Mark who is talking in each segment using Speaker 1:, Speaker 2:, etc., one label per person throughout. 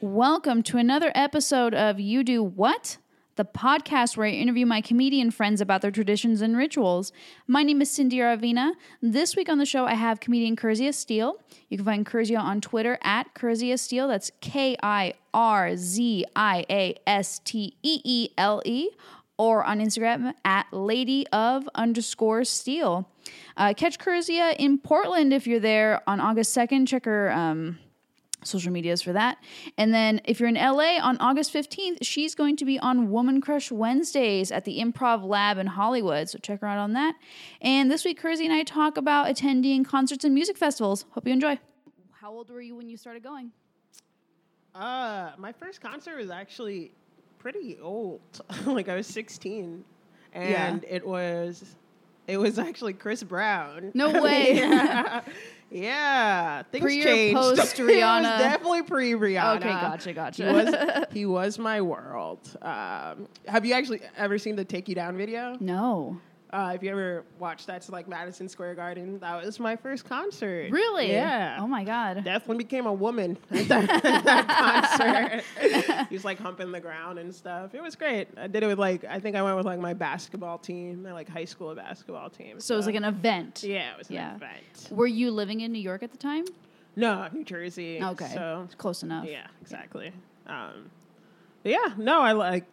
Speaker 1: welcome to another episode of You Do What? The podcast where I interview my comedian friends about their traditions and rituals. My name is Cindy Ravina. This week on the show, I have comedian Curzia Steele. You can find Curzia on Twitter at Curzia Steele. That's K I R Z I A S T E E L E. Or on Instagram at Lady of underscore Steele. Uh, catch Curzia in Portland if you're there on August 2nd. Check her. Um, social medias for that. And then if you're in LA on August 15th, she's going to be on Woman Crush Wednesdays at the Improv Lab in Hollywood. So check her out on that. And this week, Kersey and I talk about attending concerts and music festivals. Hope you enjoy. How old were you when you started going?
Speaker 2: Uh, my first concert was actually pretty old. like I was 16, and it was it was actually Chris Brown.
Speaker 1: No way.
Speaker 2: yeah. Yeah. things
Speaker 1: Pre or
Speaker 2: changed.
Speaker 1: post
Speaker 2: It was
Speaker 1: Rihanna?
Speaker 2: definitely pre Rihanna.
Speaker 1: Okay, gotcha, gotcha.
Speaker 2: He was he was my world. Um, have you actually ever seen the Take You Down video?
Speaker 1: No.
Speaker 2: Uh, if you ever watched that's like Madison Square Garden, that was my first concert.
Speaker 1: Really?
Speaker 2: Yeah.
Speaker 1: Oh my God.
Speaker 2: Definitely became a woman at that, at that concert. he was like humping the ground and stuff. It was great. I did it with like I think I went with like my basketball team, my like high school basketball team.
Speaker 1: so it was like an event.
Speaker 2: yeah, it was an
Speaker 1: Yeah.
Speaker 2: event.
Speaker 1: Were you living in New York at the time?
Speaker 2: No, New Jersey.
Speaker 1: Okay.
Speaker 2: so
Speaker 1: It's close enough.
Speaker 2: yeah, exactly. Um, but yeah, no, I like.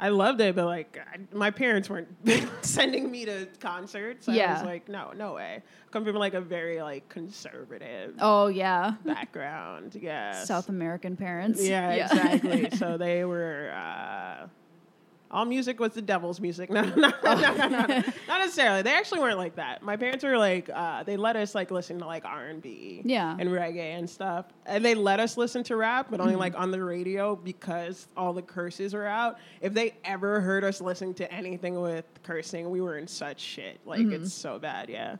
Speaker 2: I loved it, but like I, my parents weren't sending me to concerts. I
Speaker 1: Yeah.
Speaker 2: was like, no, no way. I come from like a very like conservative
Speaker 1: Oh, yeah.
Speaker 2: background. Yeah,
Speaker 1: South American parents.
Speaker 2: Yeah, exactly. so they were. Uh, all music was the devil's music. No, no, no, no, no, no. not necessarily. They actually weren't like that. My parents were like, uh, they let us like listen to like R and B,
Speaker 1: Yeah.
Speaker 2: and reggae and stuff, and they let us listen to rap, but only like on the radio because all the curses were out. If they ever heard us listen to anything with cursing, we were in such shit. Like it's so bad. Yeah.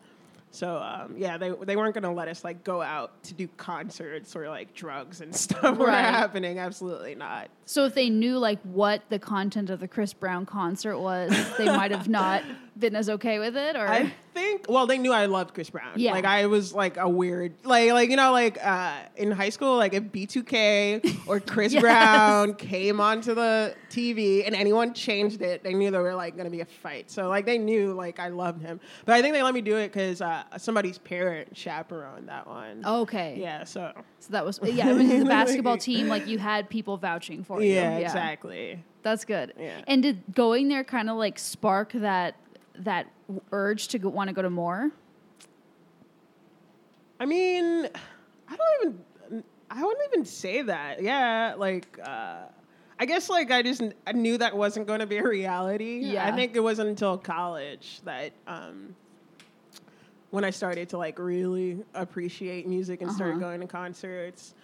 Speaker 2: So um, yeah, they they weren't gonna let us like go out to do concerts or like drugs and stuff were
Speaker 1: Right.
Speaker 2: happening. Absolutely not.
Speaker 1: So if they knew like what the content of the Chris Brown concert was, they might have not been as okay with it or
Speaker 2: I think well, they knew I loved Chris Brown.
Speaker 1: Yeah.
Speaker 2: Like I was like a weird like like you know, like uh in high school, like if B two K or Chris
Speaker 1: Yes.
Speaker 2: Brown came onto the TV and anyone changed it, they knew there were like gonna be a fight. So like they knew like I loved him. But I think they let me do it because uh, somebody's parent chaperoned that one.
Speaker 1: Oh. Okay.
Speaker 2: Yeah, so
Speaker 1: So that was yeah, it was the basketball team, like you had people vouching for you.
Speaker 2: yeah, exactly.
Speaker 1: That's good.
Speaker 2: Yeah.
Speaker 1: And did going there kind of like spark that that urge to go, want to go to more? Oh,
Speaker 2: I mean, I don't even. I wouldn't even say that. Yeah, like uh, I guess like I just I knew that wasn't going to be a reality.
Speaker 1: Yeah.
Speaker 2: I think it wasn't until college that um, when I started to like really appreciate music and started
Speaker 1: Uh-huh.
Speaker 2: going to concerts.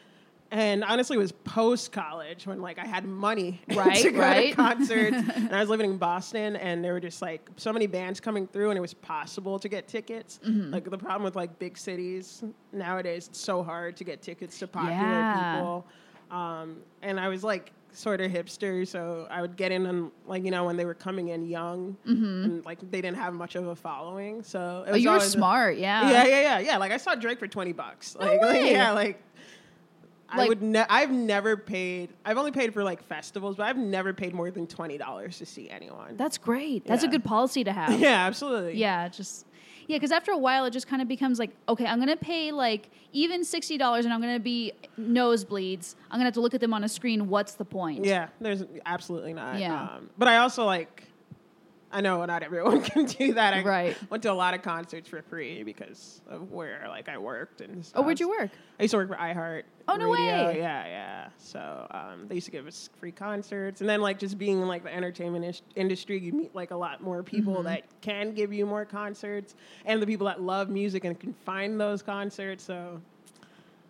Speaker 2: And honestly, it was post college when like I had money
Speaker 1: Right,
Speaker 2: to go
Speaker 1: right.
Speaker 2: to concerts, and I was living in Boston, and there were just like so many bands coming through, and it was possible to get tickets.
Speaker 1: Mm-hmm.
Speaker 2: Like the problem with like big cities nowadays, it's so hard to get tickets to popular
Speaker 1: Yeah.
Speaker 2: people. Um, and I was like sort of hipster, so I would get in and like you know when they were coming in young, and like they didn't have much of a following, so it
Speaker 1: Oh,
Speaker 2: was
Speaker 1: Mm-hmm. you were
Speaker 2: always a-
Speaker 1: smart. yeah.
Speaker 2: yeah, yeah, yeah, yeah. Like I saw Drake for twenty bucks. Like, like,
Speaker 1: Um, way.
Speaker 2: yeah, like. I
Speaker 1: Like-
Speaker 2: would. Ne- I've never paid. I've only paid for like festivals, but I've never paid more than twenty dollars to see anyone.
Speaker 1: That's great. That's a
Speaker 2: Yeah.
Speaker 1: good policy to have.
Speaker 2: yeah, absolutely.
Speaker 1: Yeah, just yeah, because after a while it just kind of becomes like, okay, I'm gonna pay like even sixty dollars, and I'm gonna be nosebleeds. I'm gonna have to look at them on a screen. What's the point?
Speaker 2: Yeah, there's absolutely not.
Speaker 1: Yeah.
Speaker 2: Um, but I also like, I know not everyone can do that. I
Speaker 1: Right.
Speaker 2: went to a lot of concerts for free because of where like I worked and stuff.
Speaker 1: Oh, where'd you work?
Speaker 2: I used to work for iHeart.
Speaker 1: Oh, no
Speaker 2: Radio.
Speaker 1: way.
Speaker 2: Yeah, yeah. So um, they used to give us free concerts, and then like just being in like the entertainment ish- industry, you meet like a lot more people
Speaker 1: Mm-hmm.
Speaker 2: that can give you more concerts, and the people that love music and can find those concerts. So.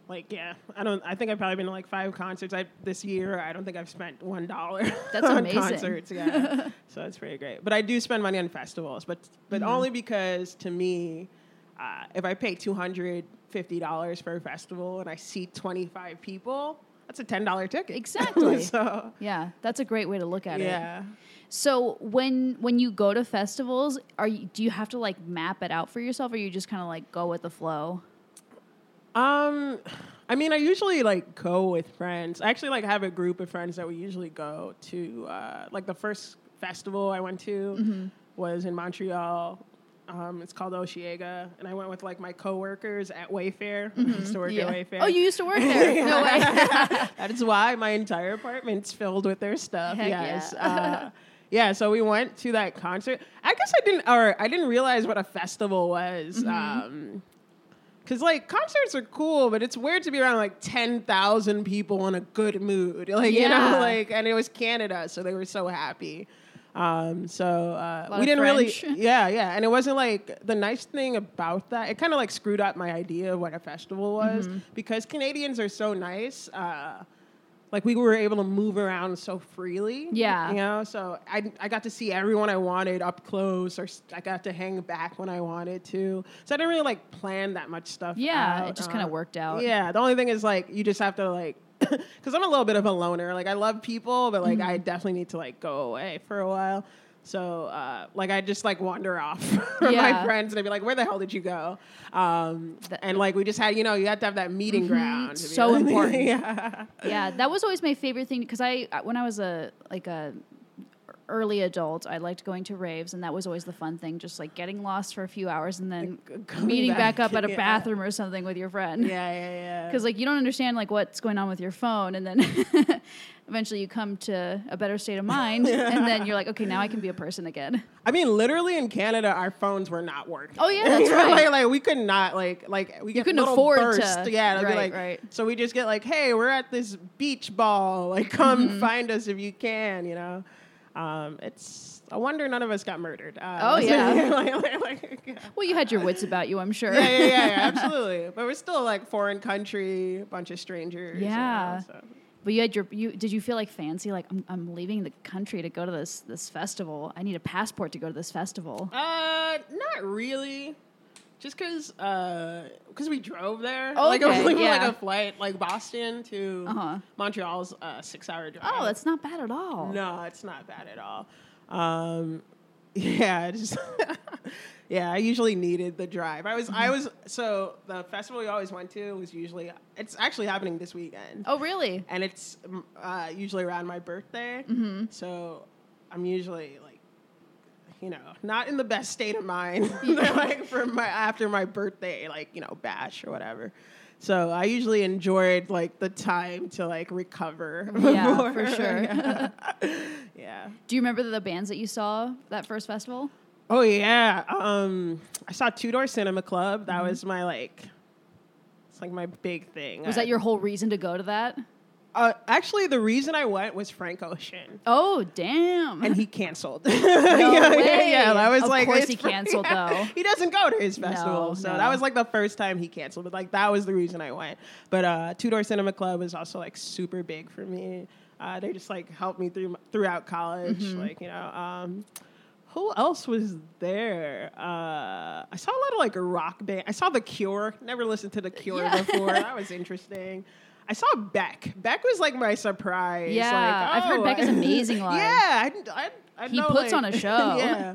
Speaker 2: Like yeah, I don't. I think I've probably been to like five concerts I, this year. I don't think I've spent one dollar
Speaker 1: That's
Speaker 2: on
Speaker 1: amazing.
Speaker 2: concerts. Yeah, so that's pretty great. But I do spend money on festivals, but but
Speaker 1: Mm-hmm.
Speaker 2: only because to me, uh, if I pay two hundred fifty dollars for a festival and I see twenty five people, that's a ten dollar ticket.
Speaker 1: Exactly.
Speaker 2: so
Speaker 1: Yeah, that's a great way to look at it.
Speaker 2: yeah,
Speaker 1: So when when you go to festivals, are you, do you have to like map it out for yourself, or you just kind of like go with the flow?
Speaker 2: um, I mean, I usually like go with friends. I actually like have a group of friends that we usually go to. Uh, like the first festival I went to
Speaker 1: Mm-hmm.
Speaker 2: was in Montreal. Um, it's called Oshiega, and I went with like my coworkers at Wayfair. I used to work
Speaker 1: Yeah.
Speaker 2: at Wayfair.
Speaker 1: Oh, you used to work there. No way.
Speaker 2: that is why my entire apartment's filled with their stuff.
Speaker 1: Heck
Speaker 2: yes.
Speaker 1: yeah.
Speaker 2: uh, yeah, so we went to that concert. I guess I didn't or I didn't realize what a festival was.
Speaker 1: Mm-hmm.
Speaker 2: Um Cause like concerts are cool, but it's weird to be around like ten thousand people in a good mood, like you
Speaker 1: Yeah.
Speaker 2: know, like and it was Canada, so they were so happy. Um, so uh,
Speaker 1: lot of
Speaker 2: we didn't
Speaker 1: French.
Speaker 2: really, yeah, yeah, and it wasn't like the nice thing about that. It kind of like screwed up my idea of what a festival was
Speaker 1: Mm-hmm.
Speaker 2: because Canadians are so nice. Uh, like we were able to move around so freely.
Speaker 1: Yeah.
Speaker 2: You know, so I, I got to see everyone I wanted up close, or s- I got to hang back when I wanted to. So I didn't really like plan that much stuff.
Speaker 1: Yeah,
Speaker 2: out,
Speaker 1: it just kind
Speaker 2: uh,
Speaker 1: of worked out.
Speaker 2: Yeah. The only thing is like you just have to like, because I'm a little bit of a loner. Like I love people, but like I
Speaker 1: Mm-hmm.
Speaker 2: definitely need to like go away for a while. So uh, like I just like wander off from
Speaker 1: Yeah.
Speaker 2: my friends and I'd be like, where the hell did you go? Um, and like we just had, you know, you had to have that meeting ground. to
Speaker 1: Mm-hmm.
Speaker 2: be
Speaker 1: So
Speaker 2: like-
Speaker 1: important.
Speaker 2: yeah.
Speaker 1: yeah, that was always my favorite thing because I when I was a like a early adult, I liked going to raves, and that was always the fun thing, just like getting lost for a few hours and then
Speaker 2: going
Speaker 1: meeting back,
Speaker 2: back,
Speaker 1: up at a
Speaker 2: yeah.
Speaker 1: bathroom or something with your friend.
Speaker 2: Yeah, yeah, yeah.
Speaker 1: Because like you don't understand like what's going on with your phone, and then eventually you come to a better state of mind, and then you're like, okay, now I can be a person again.
Speaker 2: I mean, literally in Canada, our phones were not working.
Speaker 1: Oh, yeah, that's
Speaker 2: You know,
Speaker 1: right.
Speaker 2: like, like, we could not like like we get
Speaker 1: couldn't
Speaker 2: little
Speaker 1: afford
Speaker 2: bursts.
Speaker 1: to-
Speaker 2: Yeah, it'd be
Speaker 1: right,
Speaker 2: like
Speaker 1: right.
Speaker 2: so we just get like, hey, we're at this beach ball. Like, come
Speaker 1: Mm-hmm.
Speaker 2: find us if you can. You know, um, it's a wonder none of us got murdered. Uh,
Speaker 1: Oh, yeah.
Speaker 2: like- like- like- yeah,
Speaker 1: Well, you had your wits about you, I'm sure.
Speaker 2: yeah, yeah, yeah, absolutely. But we're still like foreign country, bunch of strangers. you know,
Speaker 1: Yeah.
Speaker 2: so.
Speaker 1: But you had your you did you feel like fancy like I'm, I'm leaving the country to go to this this festival. I need a passport to go to this festival.
Speaker 2: Uh, not really. Just because, we drove there.
Speaker 1: Oh,
Speaker 2: like, it was
Speaker 1: okay,
Speaker 2: like,
Speaker 1: yeah.
Speaker 2: like a flight, like Boston to
Speaker 1: Uh-huh.
Speaker 2: Montreal's uh, six-hour drive.
Speaker 1: Oh, that's not bad at all.
Speaker 2: no, it's not bad at all. Um, yeah, just yeah. I usually needed the drive. I was,
Speaker 1: Mm-hmm.
Speaker 2: I was. So the festival we always went to was usually. It's actually happening this weekend
Speaker 1: Oh, really?
Speaker 2: and it's um, uh, usually around my birthday.
Speaker 1: Mm-hmm.
Speaker 2: So I'm usually like, you know, not in the best state of mind. like for my after my birthday, like you know, bash or whatever. So I usually enjoyed like the time to like recover.
Speaker 1: Yeah,
Speaker 2: before-
Speaker 1: for sure.
Speaker 2: yeah. yeah.
Speaker 1: Do you remember the bands that you saw that first festival?
Speaker 2: Oh yeah. Um, I saw Two Door Cinema Club.
Speaker 1: Mm-hmm.
Speaker 2: That was my like. It's like my big thing.
Speaker 1: Was
Speaker 2: I-
Speaker 1: that your whole reason to go to that?
Speaker 2: Uh, actually, the reason I went was Frank Ocean.
Speaker 1: Oh, damn.
Speaker 2: and he canceled. yeah, yeah,
Speaker 1: way.
Speaker 2: yeah. I was
Speaker 1: Of
Speaker 2: like,
Speaker 1: course
Speaker 2: it's
Speaker 1: he
Speaker 2: fr-
Speaker 1: canceled, though.
Speaker 2: He doesn't go to his festival,
Speaker 1: No,
Speaker 2: so
Speaker 1: no.
Speaker 2: that was like the first time he canceled. But like that was the reason I went. But uh, Two Door Cinema Club was also like super big for me. Uh, they just like helped me through throughout college.
Speaker 1: Mm-hmm.
Speaker 2: Like you know, um, who else was there? Uh, I saw a lot of like rock band. I saw The Cure. Never listened to The Cure
Speaker 1: Uh, Yeah.
Speaker 2: before. that was interesting. I saw Beck. Beck was like my surprise.
Speaker 1: Yeah,
Speaker 2: like,
Speaker 1: I've heard
Speaker 2: oh,
Speaker 1: Beck is amazing live.
Speaker 2: yeah, yeah, I, I, I
Speaker 1: He
Speaker 2: know,
Speaker 1: puts
Speaker 2: like-
Speaker 1: on a show.
Speaker 2: yeah,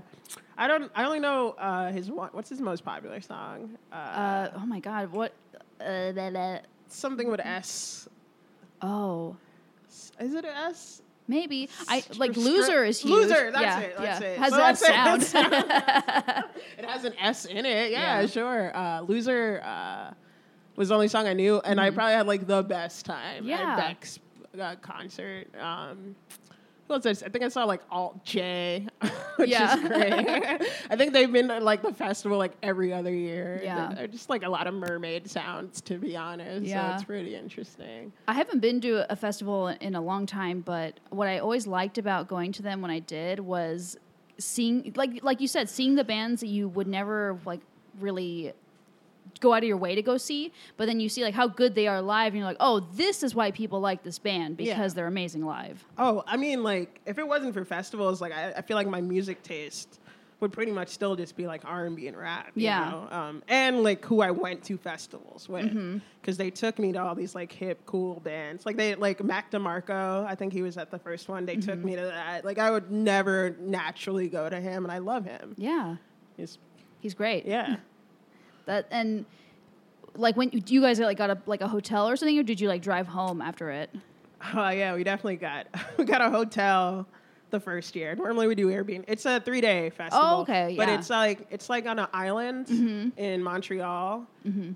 Speaker 2: I don't. I only know uh, his one. What's his most popular song? Uh,
Speaker 1: Uh, oh my god, what uh, blah, blah.
Speaker 2: something with S.
Speaker 1: Oh,
Speaker 2: Is it an S?
Speaker 1: maybe. I
Speaker 2: Str-
Speaker 1: like
Speaker 2: str-
Speaker 1: loser is huge.
Speaker 2: Loser, that's
Speaker 1: yeah,
Speaker 2: it, that's
Speaker 1: yeah.
Speaker 2: it.
Speaker 1: Has
Speaker 2: So
Speaker 1: that
Speaker 2: that's it,
Speaker 1: sound.
Speaker 2: that's It has an S in it. Yeah,
Speaker 1: Yeah.
Speaker 2: sure. Uh, Loser uh, was the only song I knew, and I probably had like the best time
Speaker 1: Mm-hmm. Yeah.
Speaker 2: at Beck's uh, concert. Um, who else? did I s- I think I saw like Alt J, which
Speaker 1: Yeah.
Speaker 2: is great. I think they've been at like the festival like every other year.
Speaker 1: Yeah.
Speaker 2: They're just like a lot of mermaid sounds, to be honest.
Speaker 1: Yeah.
Speaker 2: So it's pretty interesting.
Speaker 1: I haven't been to a festival in a long time, but what I always liked about going to them when I did was seeing like like you said, seeing the bands that you would never like really go out of your way to go see, but then you see like how good they are live and you're like, "Oh, this is why people like this band because
Speaker 2: Yeah.
Speaker 1: they're amazing live."
Speaker 2: Oh, I mean, like if it wasn't for festivals, like I, I feel like my music taste would pretty much still just be like R and B and rap. you
Speaker 1: Yeah.
Speaker 2: know? Um, and like who I went to festivals with, because they took me to all these like hip, cool bands. Like they like Mac DeMarco. I think he was at the first one. They took me to that. Like I would never naturally go to him, and I love him.
Speaker 1: Yeah.
Speaker 2: He's-
Speaker 1: He's great.
Speaker 2: yeah.
Speaker 1: That and like when you guys like got a like a hotel or something, or did you like drive home after it?
Speaker 2: Oh yeah, we definitely got we got a hotel the first year. Normally we do Airbnb. It's a three day festival.
Speaker 1: Oh, okay,
Speaker 2: But
Speaker 1: yeah. Mm-hmm.
Speaker 2: it's like it's like on an island in Montreal.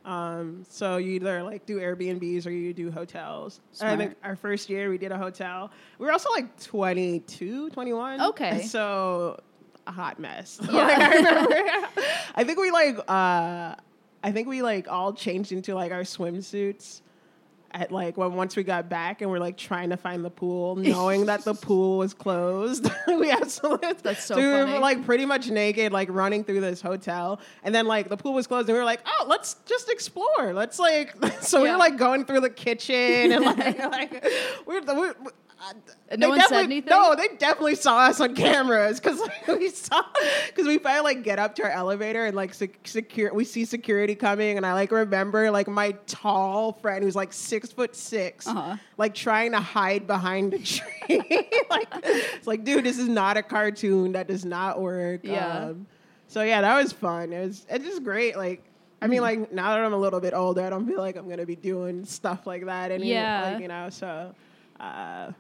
Speaker 2: Um, so you either like do Airbnbs or you do hotels. And I think our first year we did a hotel. We were also like 22, 21.
Speaker 1: Okay.
Speaker 2: So a hot mess. like, I remember. I think we like. Uh, I think we like all changed into like our swimsuits at like when once we got back and we're like trying to find the pool, knowing that the pool was closed. we absolutely
Speaker 1: That's so
Speaker 2: we
Speaker 1: funny.
Speaker 2: were like pretty much naked, like running through this hotel, and then like the pool was closed, and we were like, oh, let's just explore. Let's like so we
Speaker 1: Yeah.
Speaker 2: were like going through the kitchen and like like we're. we we- uh,
Speaker 1: And no
Speaker 2: they
Speaker 1: one said
Speaker 2: definitely-
Speaker 1: anything?
Speaker 2: No, they definitely saw us on cameras because we saw because we finally like get up to our elevator and like sec- secure. We see security coming, and I like remember like my tall friend who's like six foot 6
Speaker 1: Uh-huh.
Speaker 2: like trying to hide behind a tree. like it's like, dude, this is not a cartoon. That does not work. Um,
Speaker 1: Yeah.
Speaker 2: so yeah, that was fun. It was it's just great. Like. I mean,
Speaker 1: Mm-hmm.
Speaker 2: like now that I'm a little bit older, I don't feel like I'm gonna be doing stuff like that anymore.
Speaker 1: Yeah.
Speaker 2: Like, you know, so uh,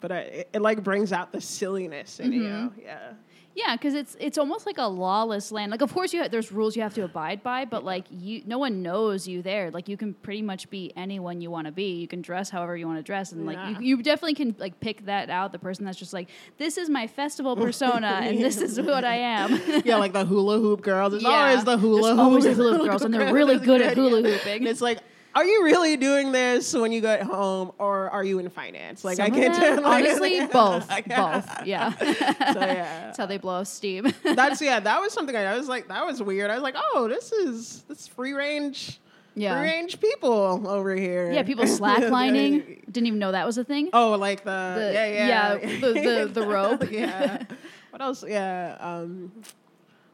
Speaker 2: but I, it, it like brings out the silliness in you.
Speaker 1: Mm-hmm.
Speaker 2: Yeah.
Speaker 1: Yeah, because it's it's almost like a lawless land. Like, of course, you ha- there's rules you have to abide by, but like you, no one knows you there. Like, you can pretty much be anyone you want to be. You can dress however you want to dress, and like
Speaker 2: Yeah.
Speaker 1: you, you definitely can like pick that out. The person that's just like, this is my festival persona, and this is what I am.
Speaker 2: Yeah, like the hula hoop girls. There's
Speaker 1: Yeah.
Speaker 2: always the hula
Speaker 1: There's
Speaker 2: hoop.
Speaker 1: always the hula hoop girls, and they're really good at hula
Speaker 2: yeah.
Speaker 1: hooping.
Speaker 2: And it's like, are you really doing this when you get home, or are you in finance? Like
Speaker 1: Some
Speaker 2: I
Speaker 1: of
Speaker 2: can't
Speaker 1: them,
Speaker 2: tell. like-
Speaker 1: honestly, both,
Speaker 2: Yeah.
Speaker 1: both, yeah.
Speaker 2: So yeah.
Speaker 1: that's how they blow off steam.
Speaker 2: That's yeah. That was something I, I was like. That was weird. I was like, oh, this is this free range,
Speaker 1: Yeah.
Speaker 2: free range people over here.
Speaker 1: yeah, people slacklining. Didn't even know that was a thing.
Speaker 2: Oh, like the,
Speaker 1: The-
Speaker 2: yeah, yeah,
Speaker 1: yeah, the- the- the rope.
Speaker 2: yeah. What else? Yeah. Um,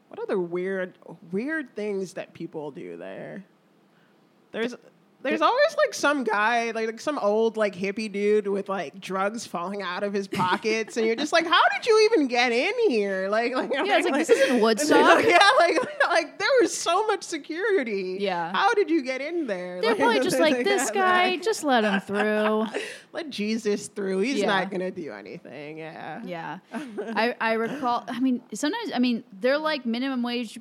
Speaker 2: what other weird weird things that people do there? There's there's always like some guy like, like some old like hippie dude with like drugs falling out of his pockets, and you're just like, how did you even get in here? Like, like
Speaker 1: Yeah, it's like, this isn't Woodstock.
Speaker 2: yeah, like like there was so much security.
Speaker 1: Yeah.
Speaker 2: how did you get in there?
Speaker 1: They're probably just like this
Speaker 2: yeah,
Speaker 1: guy.
Speaker 2: like-
Speaker 1: Just let him through.
Speaker 2: let Jesus through. He's
Speaker 1: Yeah.
Speaker 2: not gonna do anything. Yeah.
Speaker 1: Yeah. I, I recall, I mean, sometimes, I mean, they're like minimum wage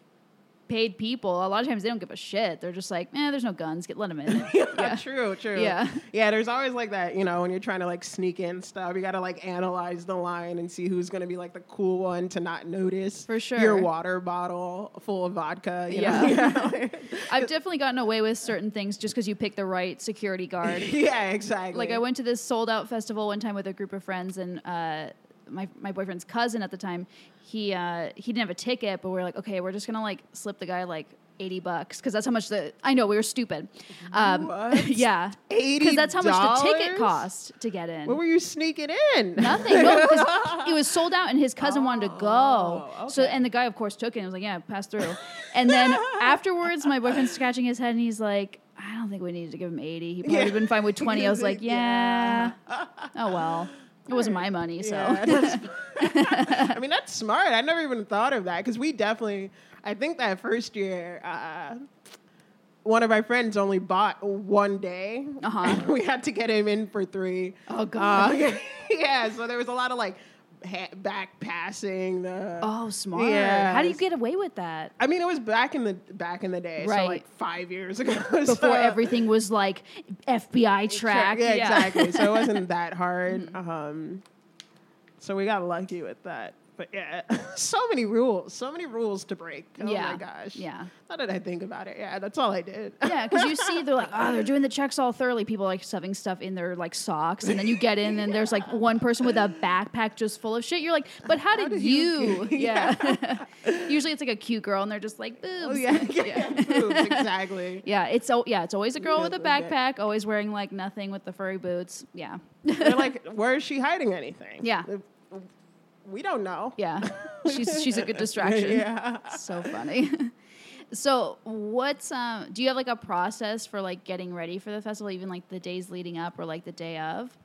Speaker 1: paid people. A lot of times they don't give a shit. They're just like, eh, there's no guns. Get, let them in. yeah.
Speaker 2: True, true.
Speaker 1: Yeah.
Speaker 2: Yeah, there's always like that, you know, when you're trying to like sneak in stuff, you gotta like analyze the line and see who's gonna be like the cool one to not notice.
Speaker 1: For sure.
Speaker 2: Your water bottle full of vodka. You
Speaker 1: Yeah.
Speaker 2: Know? Yeah.
Speaker 1: I've definitely gotten away with certain things just because you pick the right security guard.
Speaker 2: yeah, exactly.
Speaker 1: Like I went to this sold out festival one time with a group of friends, and uh, my my boyfriend's cousin at the time, he uh, he didn't have a ticket, but we are like, okay, we're just gonna like slip the guy like. 80 bucks because that's how much the I know we were stupid. Um,
Speaker 2: What?
Speaker 1: yeah, because that's how much the ticket
Speaker 2: $80?
Speaker 1: cost to get in.
Speaker 2: What were you sneaking in?
Speaker 1: Nothing. No, because it was sold out, and his cousin wanted to go.
Speaker 2: Oh,
Speaker 1: So,
Speaker 2: okay.
Speaker 1: and the guy, of course, took it and was like, "Yeah, pass through." and then afterwards, my boyfriend's scratching his head, and he's like, "I don't think we needed to give him eighty. He probably
Speaker 2: Yeah.
Speaker 1: been fine with 20. I was like, "Yeah,
Speaker 2: Yeah.
Speaker 1: oh well, it wasn't my money, so."
Speaker 2: Yeah, that's- I mean, that's smart. I never even thought of that because we definitely, I think that first year, uh, one of our friends only bought one day.
Speaker 1: Uh-huh.
Speaker 2: And we had to get him in for three.
Speaker 1: Oh, God.
Speaker 2: Uh, yeah, so there was a lot of like ha- back passing. The,
Speaker 1: Oh, smart. How do you
Speaker 2: Yes.
Speaker 1: get away with that?
Speaker 2: I mean, it was back in the back in the day, so
Speaker 1: Right.
Speaker 2: like five years ago. so-
Speaker 1: Before everything was like FBI track. Mm-hmm.
Speaker 2: Yeah, exactly. so it wasn't that hard. Um, so we got lucky with that. But yeah, so many rules, so many rules to break. Oh
Speaker 1: yeah.
Speaker 2: my gosh.
Speaker 1: Yeah.
Speaker 2: How did I think about it? Yeah, that's all I did.
Speaker 1: Yeah, because you see, they're like, oh, they're doing the checks all thoroughly. People like stuffing stuff in their like socks, and then you get in, and there's like one person with a backpack just full of shit. You're like, but how did,
Speaker 2: did
Speaker 1: you?
Speaker 2: you-
Speaker 1: yeah. Usually it's like a cute girl, and they're just like boobs.
Speaker 2: Oh yeah,
Speaker 1: yeah.
Speaker 2: yeah. boobs, exactly.
Speaker 1: Yeah, it's oh yeah, it's always a girl
Speaker 2: Yeah,
Speaker 1: with a
Speaker 2: the back-
Speaker 1: backpack, always wearing like nothing with the furry boots. Yeah,
Speaker 2: They're like, where is she hiding anything?
Speaker 1: Yeah.
Speaker 2: We don't know.
Speaker 1: yeah, she's she's a good distraction.
Speaker 2: Yeah.
Speaker 1: so funny. so what's um? Do you have like a process for like getting ready for the festival, even like the days leading up or like the day of?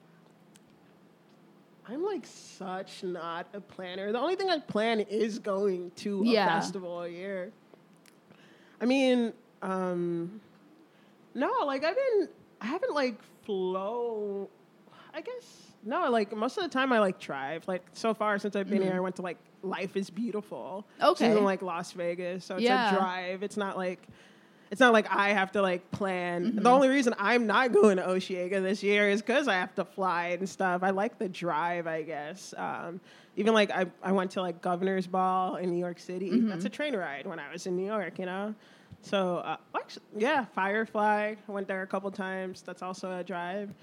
Speaker 2: I'm like such not a planner. The only thing I plan is going to a
Speaker 1: Yeah.
Speaker 2: festival a year. I mean, um, No, like I've been, I haven't like flown. I guess no, like most of the time I like drive. Like so far since I've been here, I went to like Life is Beautiful.
Speaker 1: Mm-hmm. Okay.
Speaker 2: She's in like Las Vegas, so it's
Speaker 1: Yeah.
Speaker 2: a drive. It's not like. It's not like I have to like plan. The only reason I'm not going to Oshiega this year is because I have to fly and stuff. I like the drive, I guess. Um, even like I, I went to like Governor's Ball in New York City. That's a train ride when I was in New York, you know. So uh, actually, yeah, Firefly. I went there a couple times. That's also a drive.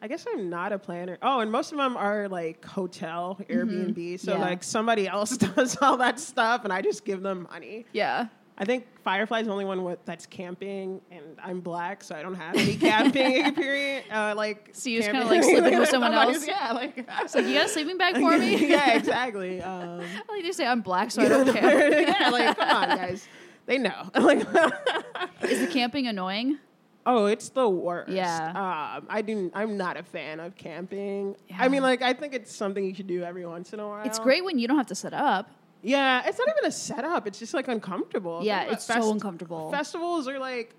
Speaker 2: I guess I'm not a planner. Oh, and most of them are like hotel, Airbnb. So
Speaker 1: Mm-hmm. Yeah.
Speaker 2: like somebody else does all that stuff, and I just give them money.
Speaker 1: Yeah.
Speaker 2: I think Firefly's the only one with, that's camping, and I'm black, so I don't have any camping experience. Uh, like,
Speaker 1: So you just
Speaker 2: camping-
Speaker 1: kinda, like, sleeping with someone else?
Speaker 2: Somebody's- Yeah, like,
Speaker 1: So you got a sleeping bag for me?
Speaker 2: yeah, exactly. Um,
Speaker 1: I like to say I'm black, so I don't care.
Speaker 2: yeah, like come on, guys, they know. Like,
Speaker 1: Is the camping annoying?
Speaker 2: oh, it's the worst.
Speaker 1: Yeah.
Speaker 2: um, I do. I'm not a fan of camping.
Speaker 1: Yeah.
Speaker 2: I mean, like, I think it's something you should do every once in a while.
Speaker 1: It's great when you don't have to set up.
Speaker 2: Yeah, it's not even a setup. It's just like uncomfortable.
Speaker 1: Yeah,
Speaker 2: Think about
Speaker 1: it's so uncomfortable.
Speaker 2: Festivals are like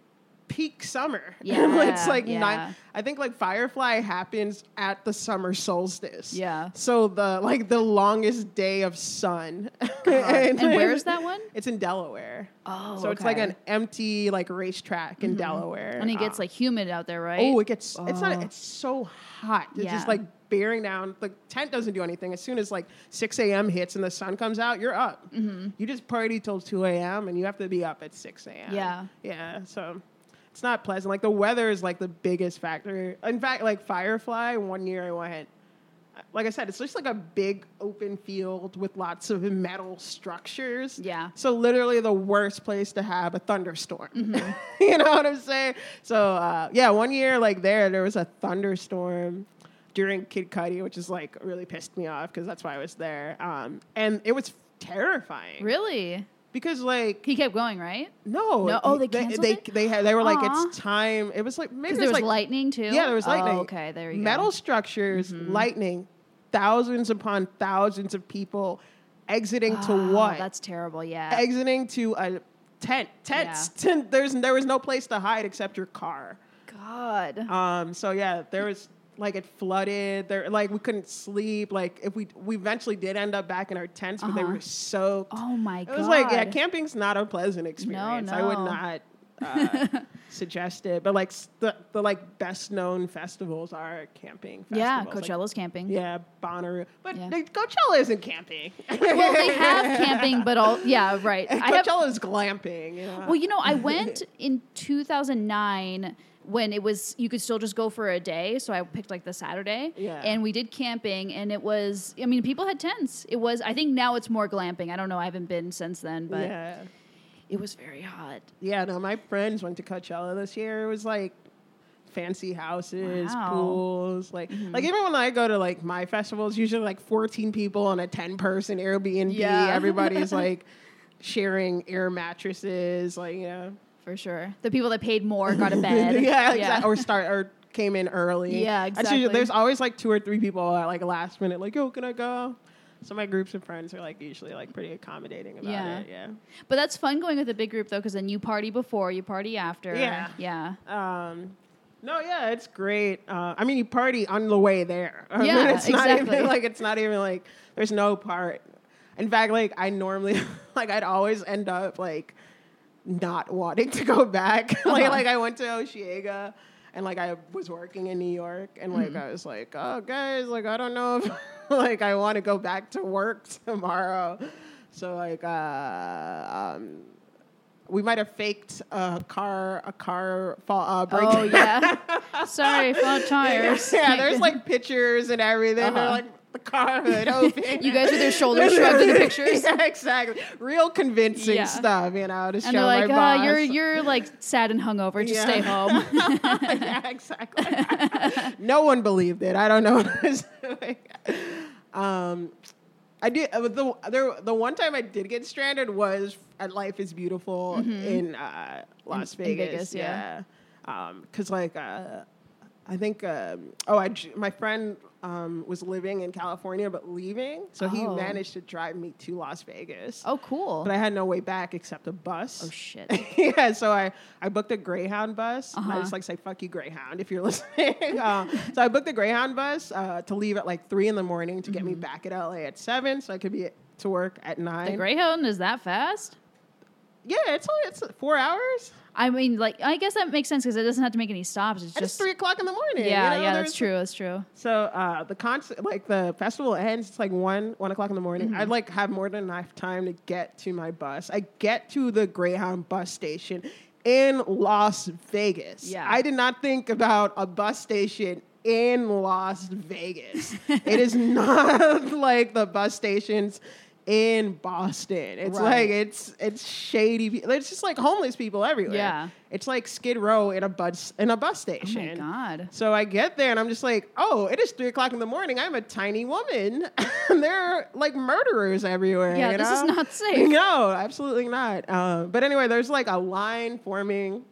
Speaker 2: peak summer.
Speaker 1: Yeah,
Speaker 2: it's like
Speaker 1: yeah.
Speaker 2: nine. I think like Firefly happens at the summer solstice.
Speaker 1: Yeah.
Speaker 2: So the like the longest day of sun.
Speaker 1: and where's that one?
Speaker 2: It's in Delaware.
Speaker 1: Oh,
Speaker 2: So it's like
Speaker 1: okay. Mm-hmm.
Speaker 2: an empty like racetrack in Delaware.
Speaker 1: And it gets
Speaker 2: Uh,
Speaker 1: like humid out there, right?
Speaker 2: Oh, it gets it's
Speaker 1: Oh.
Speaker 2: not it's so hot. It's
Speaker 1: Yeah.
Speaker 2: just like bearing down. The tent doesn't do anything. As soon as like six a.m. hits and the sun comes out, you're up.
Speaker 1: Mm-hmm.
Speaker 2: You just party till two a.m. and you have to be up at six a.m.
Speaker 1: Yeah.
Speaker 2: yeah. So it's not pleasant. Like the weather is like the biggest factor. In fact, like Firefly, one year I went. Like I said, it's just like a big open field with lots of metal structures.
Speaker 1: Yeah.
Speaker 2: So literally the worst place to have a thunderstorm.
Speaker 1: Mm-hmm.
Speaker 2: you know what I'm saying? So uh, yeah, one year like there, there was a thunderstorm during Kid Cudi, which is like really pissed me off because that's why I was there. Um, and it was terrifying
Speaker 1: really?
Speaker 2: because like
Speaker 1: He kept going, right?
Speaker 2: no,
Speaker 1: No, oh, they canceled
Speaker 2: they
Speaker 1: it?
Speaker 2: they, had, they were like
Speaker 1: Aw.
Speaker 2: it's time. It was like maybe
Speaker 1: Because
Speaker 2: it
Speaker 1: there was
Speaker 2: like
Speaker 1: lightning too.
Speaker 2: yeah, there was
Speaker 1: Oh,
Speaker 2: lightning.
Speaker 1: okay, there you
Speaker 2: Metal
Speaker 1: go. Mm-hmm.
Speaker 2: structures, lightning, thousands upon thousands of people exiting to what?
Speaker 1: Ah, Oh, That's terrible. Yeah.
Speaker 2: exiting to a tent. Tents. Tent, there's there was no place to hide except your car.
Speaker 1: God.
Speaker 2: Um. So yeah, there was like it flooded. There like we couldn't sleep. Like if we we eventually did end up back in our tents, but they
Speaker 1: Uh-huh.
Speaker 2: were soaked.
Speaker 1: oh my
Speaker 2: it
Speaker 1: god.
Speaker 2: was like yeah, camping's not a pleasant experience. I would
Speaker 1: no.
Speaker 2: not. Uh, suggest it but like s- the, the like best known festivals are camping festivals.
Speaker 1: Yeah,
Speaker 2: Like,
Speaker 1: Coachella's camping.
Speaker 2: yeah Bonnaroo but
Speaker 1: Yeah.
Speaker 2: the- Coachella isn't camping
Speaker 1: Well, they have camping, but all yeah, right. I have
Speaker 2: Coachella is glamping you know?
Speaker 1: Well, you know, I went in 2009 when it was you could still just go for a day, so I picked like the Saturday.
Speaker 2: Yeah.
Speaker 1: And we did camping and it was I mean, people had tents. It was I think now it's more glamping. I don't know, I haven't been since then, but
Speaker 2: yeah
Speaker 1: it was very hot.
Speaker 2: Yeah, no, my friends went to Coachella this year. It was like fancy houses,
Speaker 1: Wow. Mm-hmm.
Speaker 2: pools, like like even when I go to like my festivals, usually like fourteen people on a ten person Airbnb.
Speaker 1: Yeah.
Speaker 2: Everybody's like sharing air mattresses, like you know.
Speaker 1: For sure. The people that paid more got a bed.
Speaker 2: yeah, exactly. Or start or came in early.
Speaker 1: Yeah,
Speaker 2: That's usually-
Speaker 1: exactly.
Speaker 2: there's always like two or three people at like last minute, like, yo, can I go? So my groups of friends are like usually like pretty accommodating about
Speaker 1: Yeah.
Speaker 2: it. Yeah.
Speaker 1: But that's fun going with a big group though, because then you party before, you party after.
Speaker 2: Yeah.
Speaker 1: Yeah.
Speaker 2: Um, no, yeah, it's great. Uh, I mean, you party on the way there. I mean,
Speaker 1: Yeah,
Speaker 2: it's not
Speaker 1: exactly.
Speaker 2: even like it's not even like there's no part. In fact, like I normally like I'd always end up like not wanting to go back. like
Speaker 1: Uh-huh.
Speaker 2: like I went to Oshiega and like I was working in New York and
Speaker 1: Mm-hmm.
Speaker 2: like I was like, oh guys, like I don't know if like I want to go back to work tomorrow. So like uh um we might have faked a car a car fall uh, break.
Speaker 1: Oh yeah. Sorry, flat tires.
Speaker 2: yeah,
Speaker 1: Can't
Speaker 2: there's
Speaker 1: get-
Speaker 2: like pictures and everything. They're
Speaker 1: Uh-huh.
Speaker 2: like the car hood open.
Speaker 1: you guys with your shoulders shrugged in the pictures.
Speaker 2: Yeah, exactly. Real convincing
Speaker 1: Yeah.
Speaker 2: stuff, you know, to show
Speaker 1: And they're like,
Speaker 2: my boss.
Speaker 1: uh, you're you're like sad and hungover. Just
Speaker 2: Yeah.
Speaker 1: stay home.
Speaker 2: yeah, exactly. no one believed it. I don't know. What I was doing. Um, I did uh, the there, the one time I did get stranded was at Life Is Beautiful in uh, Las
Speaker 1: Mm-hmm. in
Speaker 2: Vegas.
Speaker 1: Vegas, yeah.
Speaker 2: yeah, because like uh, I think um, oh I um, j- my friend um, was living in California but leaving. So he
Speaker 1: Oh.
Speaker 2: managed to drive me to Las Vegas.
Speaker 1: Oh, cool.
Speaker 2: But I had no way back except a bus.
Speaker 1: oh shit.
Speaker 2: yeah, so I, I booked a Greyhound bus. And I
Speaker 1: Uh-huh.
Speaker 2: was like, say, fuck you, Greyhound, if you're listening. uh, so I booked a Greyhound bus uh, to leave at like three in the morning to get me back at LA at seven so I could be at, to work at nine.
Speaker 1: Mm-hmm. The Greyhound is that fast?
Speaker 2: yeah, it's only it's four hours.
Speaker 1: I mean, like, I guess that makes sense because it doesn't have to make any stops. It's
Speaker 2: And it's
Speaker 1: just
Speaker 2: three o'clock in the morning. you
Speaker 1: yeah,
Speaker 2: know,
Speaker 1: yeah.
Speaker 2: there's-
Speaker 1: That's true. That's true. Oh
Speaker 2: So uh, the concert, like the festival ends, it's like one, one o'clock in the morning.
Speaker 1: Mm-hmm.
Speaker 2: I'd like have more than enough time to get to my bus. I get to the Greyhound bus station in Las Vegas.
Speaker 1: Yeah.
Speaker 2: I did not think about a bus station in Las Vegas. it is not like the bus stations in Boston. It's
Speaker 1: Right.
Speaker 2: like it's it's shady. pe- It's just like homeless people everywhere.
Speaker 1: Yeah.
Speaker 2: It's like Skid Row in a bus in a bus
Speaker 1: Oh
Speaker 2: station.
Speaker 1: my god.
Speaker 2: So I get there and I'm just like, oh, it is three o'clock in the morning. I'm a tiny woman. and there are like murderers everywhere.
Speaker 1: Yeah,
Speaker 2: you
Speaker 1: this is
Speaker 2: know?
Speaker 1: not safe.
Speaker 2: No, absolutely not. Uh, but anyway, there's like a line forming.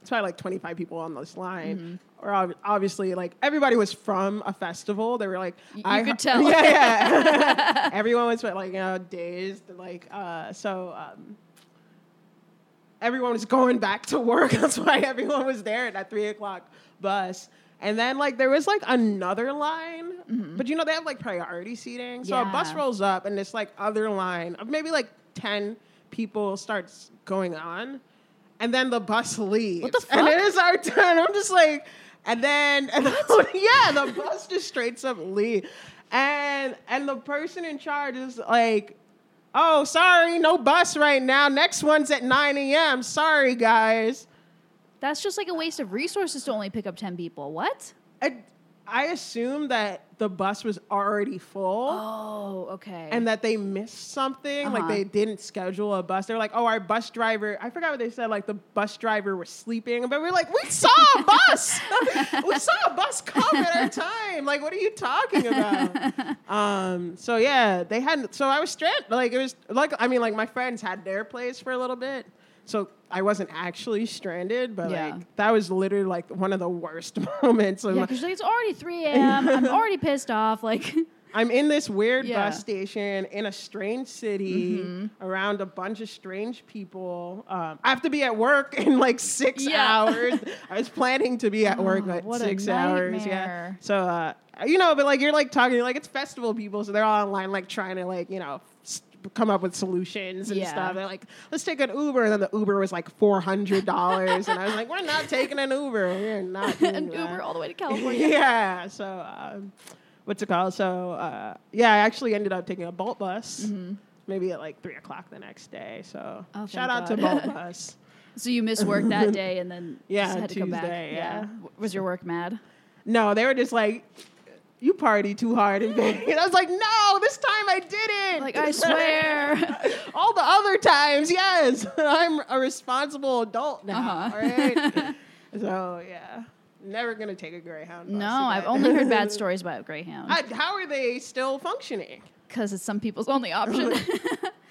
Speaker 2: It's probably like 25 people on this line.
Speaker 1: Mm-hmm.
Speaker 2: Or ob- obviously, like everybody was from a festival. They were like,
Speaker 1: Y- you
Speaker 2: I
Speaker 1: could
Speaker 2: hea-
Speaker 1: tell.
Speaker 2: Yeah, yeah. Everyone was like, you know, dazed. Like, uh, so. Um, everyone was going back to work. That's why everyone was there at that three o'clock bus. And then like there was like another line, but you know they have like priority seating. So a bus
Speaker 1: Mm-hmm. Yeah.
Speaker 2: rolls up and this like other line of maybe like ten people starts going on, and then the bus leaves.
Speaker 1: What the
Speaker 2: And it
Speaker 1: fuck?
Speaker 2: is our turn. I'm just like, and then and yeah, the bus just straight up leaves. And and the person in charge is like, Oh, sorry, no bus right now. Next one's at 9 a.m. Sorry, guys.
Speaker 1: That's just like a waste of resources to only pick up ten people. What?
Speaker 2: I, I assume that the bus was already full
Speaker 1: Oh, okay.
Speaker 2: and that they missed something. Like
Speaker 1: Uh-huh.
Speaker 2: they didn't schedule a bus. They're like, oh, our bus driver, I forgot what they said, like the bus driver was sleeping. But we're like, we saw a bus. we saw a bus come at our time. Like, what are you talking about? um, so yeah, they hadn't, so I was stranded. Like, it was like, I mean, like my friends had their place for a little bit. So I wasn't actually stranded, but
Speaker 1: Yeah.
Speaker 2: like that was literally like one of the worst moments of
Speaker 1: yeah,
Speaker 2: my,
Speaker 1: because like, it's already three a.m. I'm already pissed off. Like,
Speaker 2: I'm in this weird
Speaker 1: Yeah. Mm-hmm.
Speaker 2: bus station in a strange city around a bunch of strange people. Um, I have to be at work in like six
Speaker 1: Yeah.
Speaker 2: hours. I was planning to be at work
Speaker 1: Oh,
Speaker 2: at
Speaker 1: what a
Speaker 2: six hours. Yeah.
Speaker 1: nightmare.
Speaker 2: So, uh, you know, but like you're like talking, like it's festival people. So they're all online, like trying to like, you know, s- come up with solutions and
Speaker 1: Yeah.
Speaker 2: stuff. They're like, let's take an Uber. And then the Uber was like $400. and I was like, we're not taking an Uber. We're not doing
Speaker 1: an
Speaker 2: that
Speaker 1: Uber all the way to California.
Speaker 2: yeah. So, um, what's it called? So, uh, yeah, I actually ended up taking a Bolt bus, maybe at like three o'clock the next day. So,
Speaker 1: Mm-hmm. Oh, thank
Speaker 2: shout out to
Speaker 1: God.
Speaker 2: Bolt bus.
Speaker 1: So you missed work that day and then
Speaker 2: Yeah,
Speaker 1: just had to come back.
Speaker 2: Tuesday, yeah.
Speaker 1: W- Was your work mad?
Speaker 2: No, they were just like, "You party too hard," and I was like, "No, this time I didn't."
Speaker 1: Like I swear.
Speaker 2: All the other times, yes, I'm a responsible adult now.
Speaker 1: Uh-huh.
Speaker 2: all right. so yeah, never gonna take a Greyhound. bus
Speaker 1: no, I've
Speaker 2: again.
Speaker 1: only heard bad stories about Greyhound
Speaker 2: I- how are they still functioning?
Speaker 1: because it's some people's only option.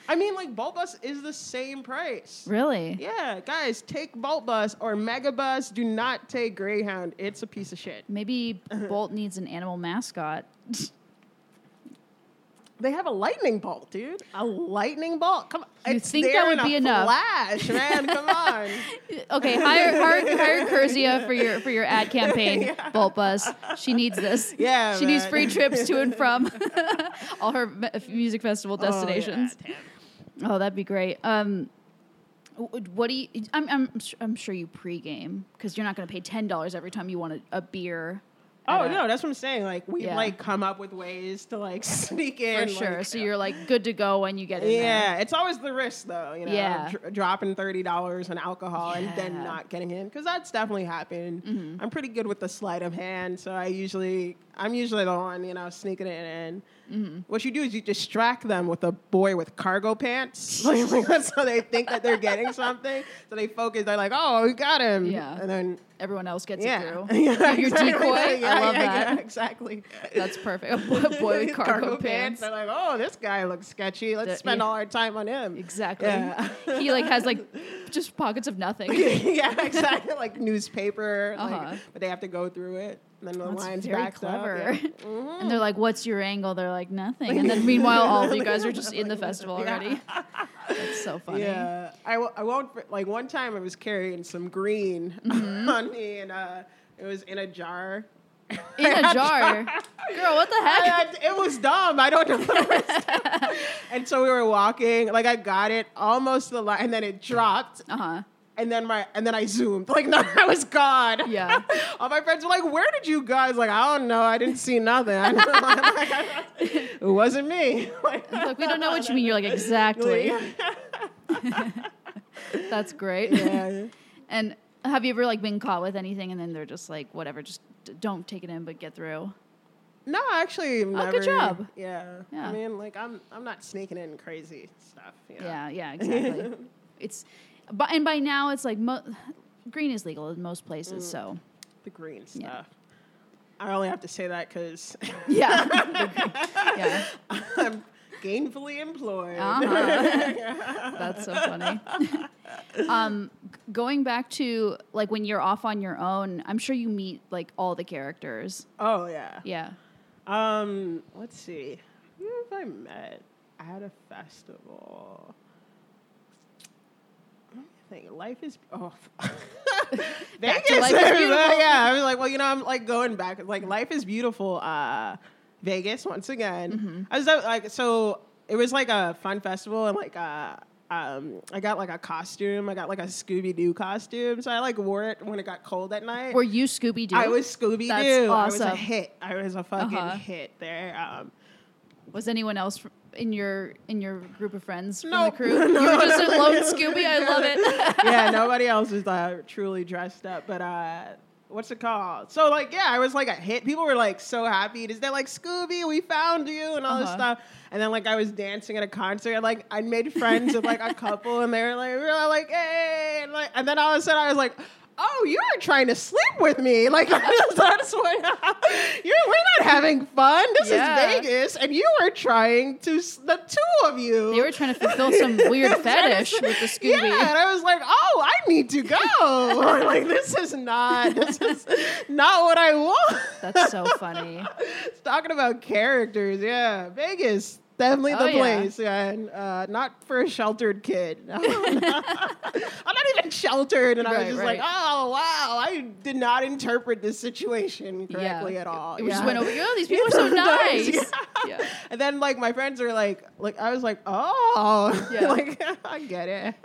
Speaker 2: I mean, like Bolt Bus is the same price.
Speaker 1: really?
Speaker 2: Yeah, guys, take Bolt Bus or Megabus. Do not take Greyhound. It's a piece of shit.
Speaker 1: Maybe
Speaker 2: Uh-huh.
Speaker 1: Bolt needs an animal mascot.
Speaker 2: They have a lightning bolt, dude. A lightning bolt. Come on.
Speaker 1: You'd
Speaker 2: it's
Speaker 1: think
Speaker 2: there
Speaker 1: that
Speaker 2: in
Speaker 1: would be
Speaker 2: a
Speaker 1: enough.
Speaker 2: Flash, man. Come on.
Speaker 1: okay, hire hire, hire Curzia for your for your ad campaign. Bolt Bus. She needs this.
Speaker 2: Yeah,
Speaker 1: She needs
Speaker 2: man.
Speaker 1: free trips to and from all her me- music festival destinations.
Speaker 2: Oh, yeah,
Speaker 1: Oh, that'd be great. Um, w- what do you? I'm I'm su- I'm sure you pregame because you're not going to pay ten dollars every time you want a, a beer. at
Speaker 2: damn. Oh,
Speaker 1: a-
Speaker 2: no, that's what I'm saying. Like we've
Speaker 1: Yeah.
Speaker 2: like come up with ways to like sneak
Speaker 1: for
Speaker 2: in.
Speaker 1: sure.
Speaker 2: like-
Speaker 1: so you're like good to go when you get in there.
Speaker 2: Yeah, it's always the risk though, you know,
Speaker 1: Yeah.
Speaker 2: dr- dropping thirty dollars on alcohol and then
Speaker 1: Yeah. Mm-hmm.
Speaker 2: not getting in because that's definitely happened. I'm pretty good with the sleight of hand, so I usually I'm usually the one you know sneaking it in.
Speaker 1: Mm-hmm.
Speaker 2: What you do is you distract them with a boy with cargo pants, Like, so they think that they're getting something. So they focus. They're like, "Oh, we got him!"
Speaker 1: Yeah.
Speaker 2: and then
Speaker 1: Everyone else gets
Speaker 2: yeah,
Speaker 1: it through.
Speaker 2: yeah
Speaker 1: You're
Speaker 2: exactly.
Speaker 1: decoy. I love that.
Speaker 2: yeah, exactly.
Speaker 1: That's perfect. A boy, a boy with cargo, pants.
Speaker 2: They're like, "Oh, this guy looks sketchy. Let's
Speaker 1: The-
Speaker 2: spend
Speaker 1: yeah.
Speaker 2: all our time on him."
Speaker 1: Exactly.
Speaker 2: Yeah.
Speaker 1: He like has like just pockets of nothing.
Speaker 2: yeah, exactly. Like newspaper, like,
Speaker 1: Uh-huh.
Speaker 2: but they have to go through it. And then the
Speaker 1: That's
Speaker 2: line's
Speaker 1: very
Speaker 2: backed
Speaker 1: clever.
Speaker 2: up. Yeah. Mhm.
Speaker 1: And they're like, "What's your angle?" They're like, "Nothing." And then meanwhile, all of you guys are just in the festival already. That's so funny.
Speaker 2: Yeah, I, w- I won't for- like one time I was carrying some green
Speaker 1: Mm-hmm.
Speaker 2: on me and uh, it was in a jar.
Speaker 1: In a jar, girl. What the
Speaker 2: I
Speaker 1: heck?
Speaker 2: had- it was dumb. I don't know. What it was and so we were walking. Like I got it almost to the line, and then it dropped.
Speaker 1: Uh huh.
Speaker 2: And then my and then I zoomed. Like no, I was gone.
Speaker 1: Yeah.
Speaker 2: All my friends were like, "Where did you guys?" Like I don't know. I didn't see nothing. I'm like, I- it wasn't me. Like,
Speaker 1: Like we don't know what you mean. You're like exactly. That's great.
Speaker 2: yeah.
Speaker 1: And have you ever like been caught with anything and then they're just like whatever, just d- don't take it in but get through.
Speaker 2: No, actually, never.
Speaker 1: Oh, job.
Speaker 2: Yeah.
Speaker 1: Yeah.
Speaker 2: I mean, like I'm, I'm not sneaking in crazy stuff. You know?
Speaker 1: Yeah, yeah, exactly. it's but and by now it's like mo- green is legal in most places,
Speaker 2: Mm.
Speaker 1: so
Speaker 2: The green stuff.
Speaker 1: Yeah.
Speaker 2: I only have to say that because
Speaker 1: yeah. yeah.
Speaker 2: I'm gainfully employed.
Speaker 1: Uh-huh. That's so funny. um, g- going back to like when you're off on your own, I'm sure you meet like all the characters.
Speaker 2: Oh yeah.
Speaker 1: Yeah.
Speaker 2: Um, let's see. Who have I met at a festival? I think life is oh Vegas.
Speaker 1: Life is Beautiful. Mm-hmm.
Speaker 2: yeah, I was like, well, you know, I'm like going back. Like life is beautiful. Uh, Vegas once again.
Speaker 1: Mm-hmm.
Speaker 2: I was at, like, so it was like a fun festival, and like uh, um, I got like a costume. I got like a Scooby Doo costume, so I like wore it when it got cold at night.
Speaker 1: Were you Scooby Doo?
Speaker 2: I was Scooby Doo.
Speaker 1: That's
Speaker 2: I was a
Speaker 1: awesome.
Speaker 2: hit. I was a fucking
Speaker 1: Uh-huh.
Speaker 2: hit there. Um,
Speaker 1: Was anyone else fr- in your in your group of friends from
Speaker 2: No.
Speaker 1: the crew? you were just a lone Scooby. I love it.
Speaker 2: yeah, nobody else was uh, truly dressed up, but uh, what's it called? So like, yeah, I was like a hit. People were like so happy. Is that like Scooby? We found you and all this
Speaker 1: Uh-huh.
Speaker 2: stuff. And then like I was dancing at a concert. And, like I made friends with like a couple, and they were like, we were all like, hey, and, like, and then all of a sudden I was like. Oh, you were trying to sleep with me. Like, that's what you're we're not having fun. This
Speaker 1: Yeah.
Speaker 2: is Vegas, and you were trying to, s- the two of you.
Speaker 1: They were trying to fulfill some weird fetish with the Scooby.
Speaker 2: Yeah, and I was like, oh, I need to go. like this is not this is not what I want.
Speaker 1: That's so funny.
Speaker 2: Talking about characters, yeah, Vegas definitely
Speaker 1: Oh,
Speaker 2: the
Speaker 1: yeah.
Speaker 2: place, yeah. and uh, not for a sheltered kid. I'm not even sheltered, and I
Speaker 1: Right,
Speaker 2: was just
Speaker 1: right.
Speaker 2: like, oh wow, I did not interpret this situation correctly
Speaker 1: yeah.
Speaker 2: at all.
Speaker 1: It, it just
Speaker 2: Yeah.
Speaker 1: went over. Oh, these people are so
Speaker 2: Nice,
Speaker 1: nice.
Speaker 2: yeah.
Speaker 1: Yeah.
Speaker 2: And then like my friends are like, like I was like, oh,
Speaker 1: Yeah.
Speaker 2: like I get it.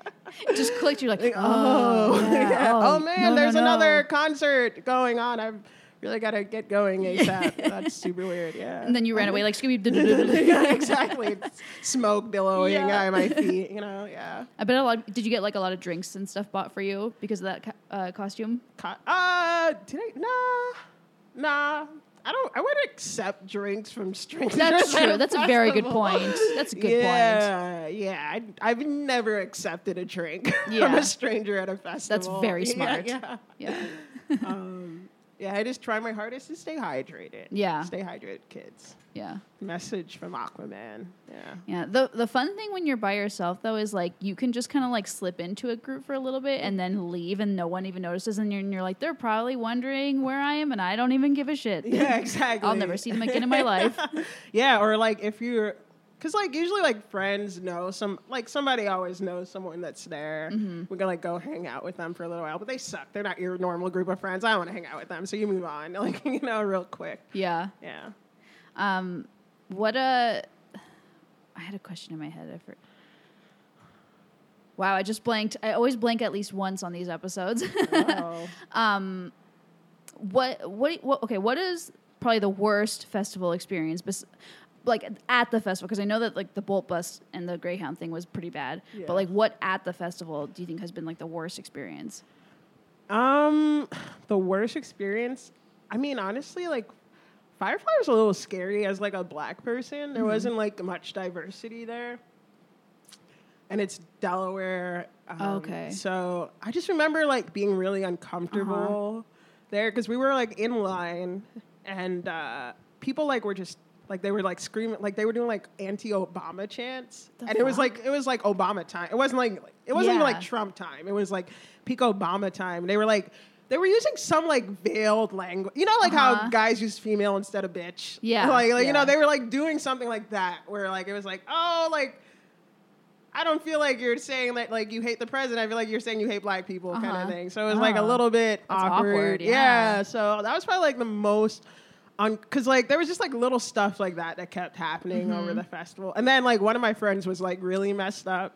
Speaker 1: It just clicked. You're like, oh,
Speaker 2: Oh,
Speaker 1: yeah,
Speaker 2: yeah. oh, man,
Speaker 1: no, no,
Speaker 2: there's
Speaker 1: no."
Speaker 2: another concert going on. I've really got to get going ASAP. That's super weird. Yeah.
Speaker 1: And then you ran away like Scooby.
Speaker 2: yeah, exactly. It's smoke billowing
Speaker 1: Yeah.
Speaker 2: out of my feet, you know? Yeah.
Speaker 1: I bet a lot. Did you get like a lot of drinks and stuff bought for you because of that co- uh, costume?
Speaker 2: Co- uh, did I? Nah. Nah. I don't, I would accept drinks from strangers.
Speaker 1: That's
Speaker 2: at
Speaker 1: true. That's a very good
Speaker 2: festival.
Speaker 1: point. That's a good point.
Speaker 2: yeah, Yeah, I, I've never accepted a drink from
Speaker 1: Yeah.
Speaker 2: a stranger at a festival.
Speaker 1: very
Speaker 2: Yeah,
Speaker 1: smart.
Speaker 2: yeah.
Speaker 1: Yeah.
Speaker 2: um, yeah, I just try my hardest to stay hydrated.
Speaker 1: Yeah.
Speaker 2: Stay hydrated, kids.
Speaker 1: Yeah.
Speaker 2: Message from Aquaman. Yeah.
Speaker 1: Yeah. The the fun thing when you're by yourself though is like you can just kind of like slip into a group for a little bit and then leave and no one even notices and you're, and you're like they're probably wondering where I am and I don't even give a shit.
Speaker 2: Yeah, exactly.
Speaker 1: I'll never see them again in my life.
Speaker 2: yeah, or like if you're, because like usually like friends know some, like somebody always knows someone that's there.
Speaker 1: Mm-hmm.
Speaker 2: We can like go hang out with them for a little while, but they suck. They're not your normal group of friends. I don't want to hang out with them, so you move on, like, you know, real quick.
Speaker 1: Yeah.
Speaker 2: Yeah.
Speaker 1: Um, what a. I had a question in my head. I for, wow, I just blanked. I always blank at least once on these episodes.
Speaker 2: Oh.
Speaker 1: um, what, what, what, okay, what is probably the worst festival experience, bes- like at the festival? Because I know that like the Bolt Bus and the Greyhound thing was pretty bad,
Speaker 2: Yeah.
Speaker 1: but like what at the festival do you think has been like the worst experience?
Speaker 2: Um, the worst experience. I mean, honestly, like Firefly was a little scary as like a black person.
Speaker 1: Mm-hmm.
Speaker 2: There wasn't like much diversity there, and it's Delaware. Um,
Speaker 1: Okay.
Speaker 2: So I just remember like being really uncomfortable
Speaker 1: Uh-huh.
Speaker 2: there because we were like in line, and uh, people like were just. Like they were like screaming, like they were doing like anti-Obama chants,
Speaker 1: The
Speaker 2: and it was
Speaker 1: fuck?
Speaker 2: like it was like Obama time. It wasn't like it wasn't even
Speaker 1: Yeah.
Speaker 2: like Trump time. It was like peak Obama time. They were like, They were using some like veiled language. You know, like
Speaker 1: Uh-huh.
Speaker 2: how guys use female instead of bitch.
Speaker 1: Yeah,
Speaker 2: Like, like you
Speaker 1: yeah.
Speaker 2: know, they were like doing something like that, where like it was like, oh, like I don't feel like you're saying that like you hate the president. I feel like you're saying you hate black people, kind
Speaker 1: Uh-huh.
Speaker 2: of thing. So it was like a
Speaker 1: Oh.
Speaker 2: little bit
Speaker 1: That's
Speaker 2: awkward.
Speaker 1: awkward,
Speaker 2: yeah.
Speaker 1: yeah.
Speaker 2: So that was probably like the most on because like there was just like little stuff like that that kept happening
Speaker 1: Mm-hmm.
Speaker 2: over the festival. And then like one of my friends was like really messed up,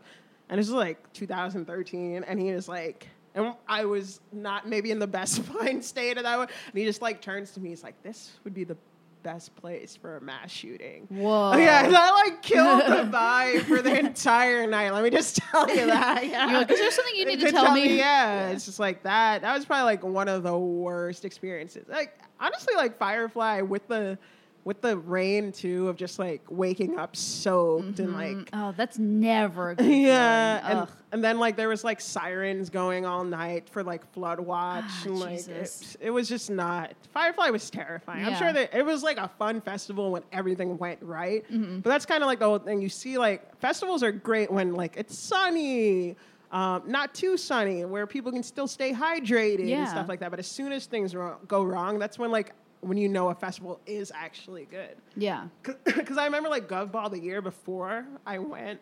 Speaker 2: and this was like 2013, and he was like. And I was not maybe in the best mind state of that one. And he just like turns to me. He's like, "This would be the best place for a mass shooting."
Speaker 1: Whoa.
Speaker 2: Oh, yeah, that like killed the vibe for the entire night. Let me just tell you that. Yeah.
Speaker 1: You're like, "Is there something you
Speaker 2: They
Speaker 1: need to
Speaker 2: could
Speaker 1: tell me?"
Speaker 2: Yeah, it's just like that. That was probably like one of the worst experiences. Like honestly, like Firefly with the with the rain too of just like waking up soaked and like
Speaker 1: Oh, that's never. a Good
Speaker 2: yeah,
Speaker 1: feeling.
Speaker 2: and,
Speaker 1: Ugh.
Speaker 2: and then like there was like sirens going all night for like flood watch, and like
Speaker 1: Ah, Jesus.
Speaker 2: it, it was just not. Firefly was terrifying. I'm
Speaker 1: Yeah.
Speaker 2: sure that it was like a fun festival when everything went right,
Speaker 1: Mm-hmm.
Speaker 2: but that's kind of like the whole thing. You see, like festivals are great when like it's sunny. Um, not too sunny, where people can still stay hydrated
Speaker 1: Yeah.
Speaker 2: and stuff like that. But as soon as things wrong, go wrong, that's when like when you know a festival is actually good
Speaker 1: yeah.
Speaker 2: because I remember like Gov Ball the year before I went.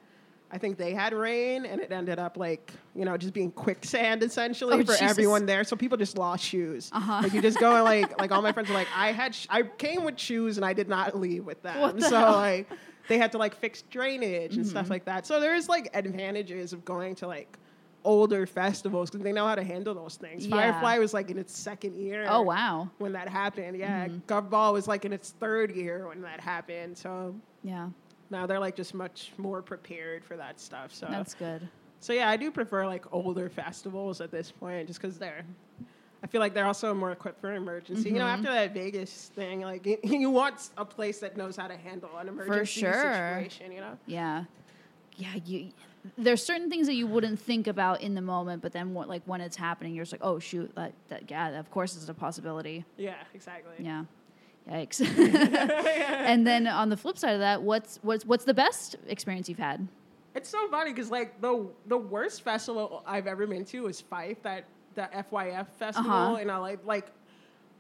Speaker 2: I think they had rain and it ended up like, you know, just being quicksand essentially
Speaker 1: Oh,
Speaker 2: for
Speaker 1: Jesus. Uh-huh.
Speaker 2: everyone there. So people just lost shoes. Like you just go and like, like all my friends were like, I had, sh- I came with shoes and I did not leave with them.
Speaker 1: What the
Speaker 2: so
Speaker 1: hell? Mm-hmm.
Speaker 2: like they had to like fix drainage and stuff like that. So there is like advantages of going to like older festivals because they know how to handle those things.
Speaker 1: Yeah.
Speaker 2: Firefly was like in its second year
Speaker 1: Oh wow.
Speaker 2: when that happened. Yeah,
Speaker 1: Mm-hmm.
Speaker 2: Gov Ball was like in its third year when that happened. So
Speaker 1: Yeah,
Speaker 2: now they're like just much more prepared for that stuff. So
Speaker 1: that's good.
Speaker 2: so yeah, I do prefer like older festivals at this point just because they're. I feel like they're also more equipped for an emergency. You know,
Speaker 1: Mm-hmm.
Speaker 2: after that Vegas thing, like you, you want a place that knows how to handle an emergency
Speaker 1: sure.
Speaker 2: situation. You know,
Speaker 1: Yeah, yeah. You there's certain things that you wouldn't think about in the moment, but then what, like when it's happening, you're just like, oh shoot, that, that yeah, of course it's a possibility.
Speaker 2: yeah, exactly.
Speaker 1: Yeah. Yikes. and then on the flip side of that, what's what's what's the best experience you've had?
Speaker 2: It's so funny because like the the worst festival I've ever been to was Fife, that the FYF festival
Speaker 1: Uh-huh.
Speaker 2: in LA. Like,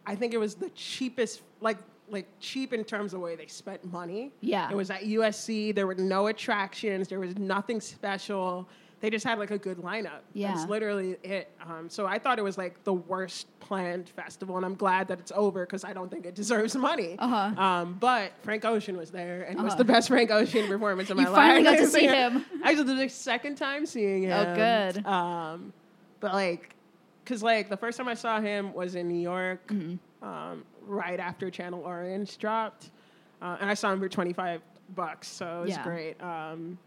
Speaker 2: I think it was the cheapest, like like cheap in terms of the way they spent money.
Speaker 1: Yeah.
Speaker 2: it was at USC. There were no attractions. There was nothing special. They just had like a good lineup.
Speaker 1: Yeah.
Speaker 2: That's literally it. Um, so I thought it was like the worst planned festival, and I'm glad that it's over because I don't think it deserves money.
Speaker 1: Uh-huh.
Speaker 2: Um, but Frank Ocean was there, and it was
Speaker 1: Uh-huh.
Speaker 2: the best Frank Ocean performance of
Speaker 1: You
Speaker 2: my
Speaker 1: finally
Speaker 2: life.
Speaker 1: got to see
Speaker 2: Yeah.
Speaker 1: him.
Speaker 2: Actually, this is the second time seeing him.
Speaker 1: Oh, good.
Speaker 2: Um, but like, cause like the first time I saw him was in New York,
Speaker 1: Mm-hmm.
Speaker 2: um, right after Channel Orange dropped, uh, and I saw him for twenty five bucks, so it was
Speaker 1: Yeah.
Speaker 2: great. Um,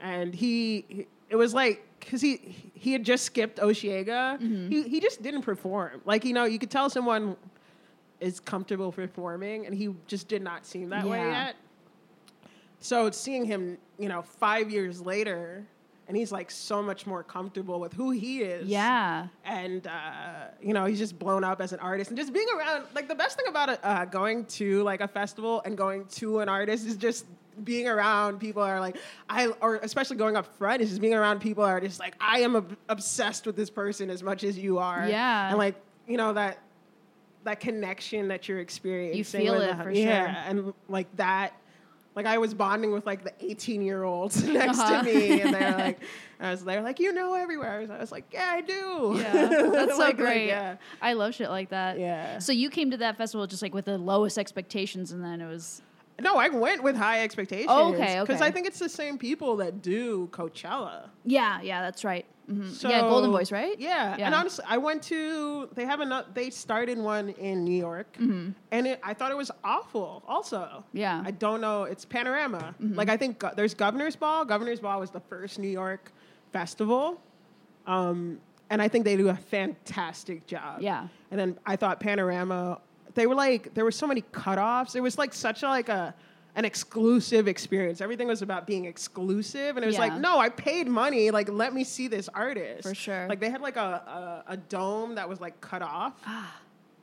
Speaker 2: and he, he- it was like because he he had just skipped Oshiega,
Speaker 1: Mm-hmm.
Speaker 2: he he just didn't perform. Like you know, you could tell someone is comfortable performing, and he just did not seem that way
Speaker 1: Yeah.
Speaker 2: yet. So seeing him, you know, five years later, and he's like so much more comfortable with who he is.
Speaker 1: Yeah.
Speaker 2: And, uh, you know, he's just blown up as an artist. And just being around, like, the best thing about uh, going to like a festival and going to an artist is just being around people that are like, I, or especially going up front, is just being around people that are just like, I am ob- obsessed with this person as much as you are.
Speaker 1: Yeah.
Speaker 2: And like, you know, that, that connection that you're experiencing.
Speaker 1: feel
Speaker 2: with
Speaker 1: it
Speaker 2: the-
Speaker 1: for sure.
Speaker 2: yeah, and like that like I was bonding with like the 18 year olds next
Speaker 1: Uh-huh.
Speaker 2: to me and they're like I was they're like you know everywhere I was, I was like yeah I do
Speaker 1: Yeah, that's so
Speaker 2: Like, like,
Speaker 1: great.
Speaker 2: yeah
Speaker 1: I love shit like that.
Speaker 2: Yeah.
Speaker 1: So you came to that festival just like with the lowest expectations, and then it was
Speaker 2: no I went with high expectations
Speaker 1: Oh, Okay,
Speaker 2: because
Speaker 1: okay.
Speaker 2: I think it's the same people that do Coachella
Speaker 1: yeah, yeah, that's right. hmm yeah, Golden
Speaker 2: So-
Speaker 1: Voice, right?
Speaker 2: Yeah.
Speaker 1: Yeah.
Speaker 2: And honestly, I went to they have another they started one in New York, and it, I thought it was awful. Also,
Speaker 1: Mm-hmm. Yeah. Mm-hmm.
Speaker 2: I don't know. It's Panorama. Like I think go- there's Governor's Ball. Governor's Ball was the first New York festival, um, and I think they do a fantastic job.
Speaker 1: Yeah.
Speaker 2: And then I thought Panorama. They were like there were so many cutoffs. It was like such a like a an exclusive experience. Everything was about being exclusive, and it was
Speaker 1: Yeah.
Speaker 2: like no, I paid money. Like let me see this artist.
Speaker 1: For sure.
Speaker 2: Like they had like a, a, a dome that was like cut off.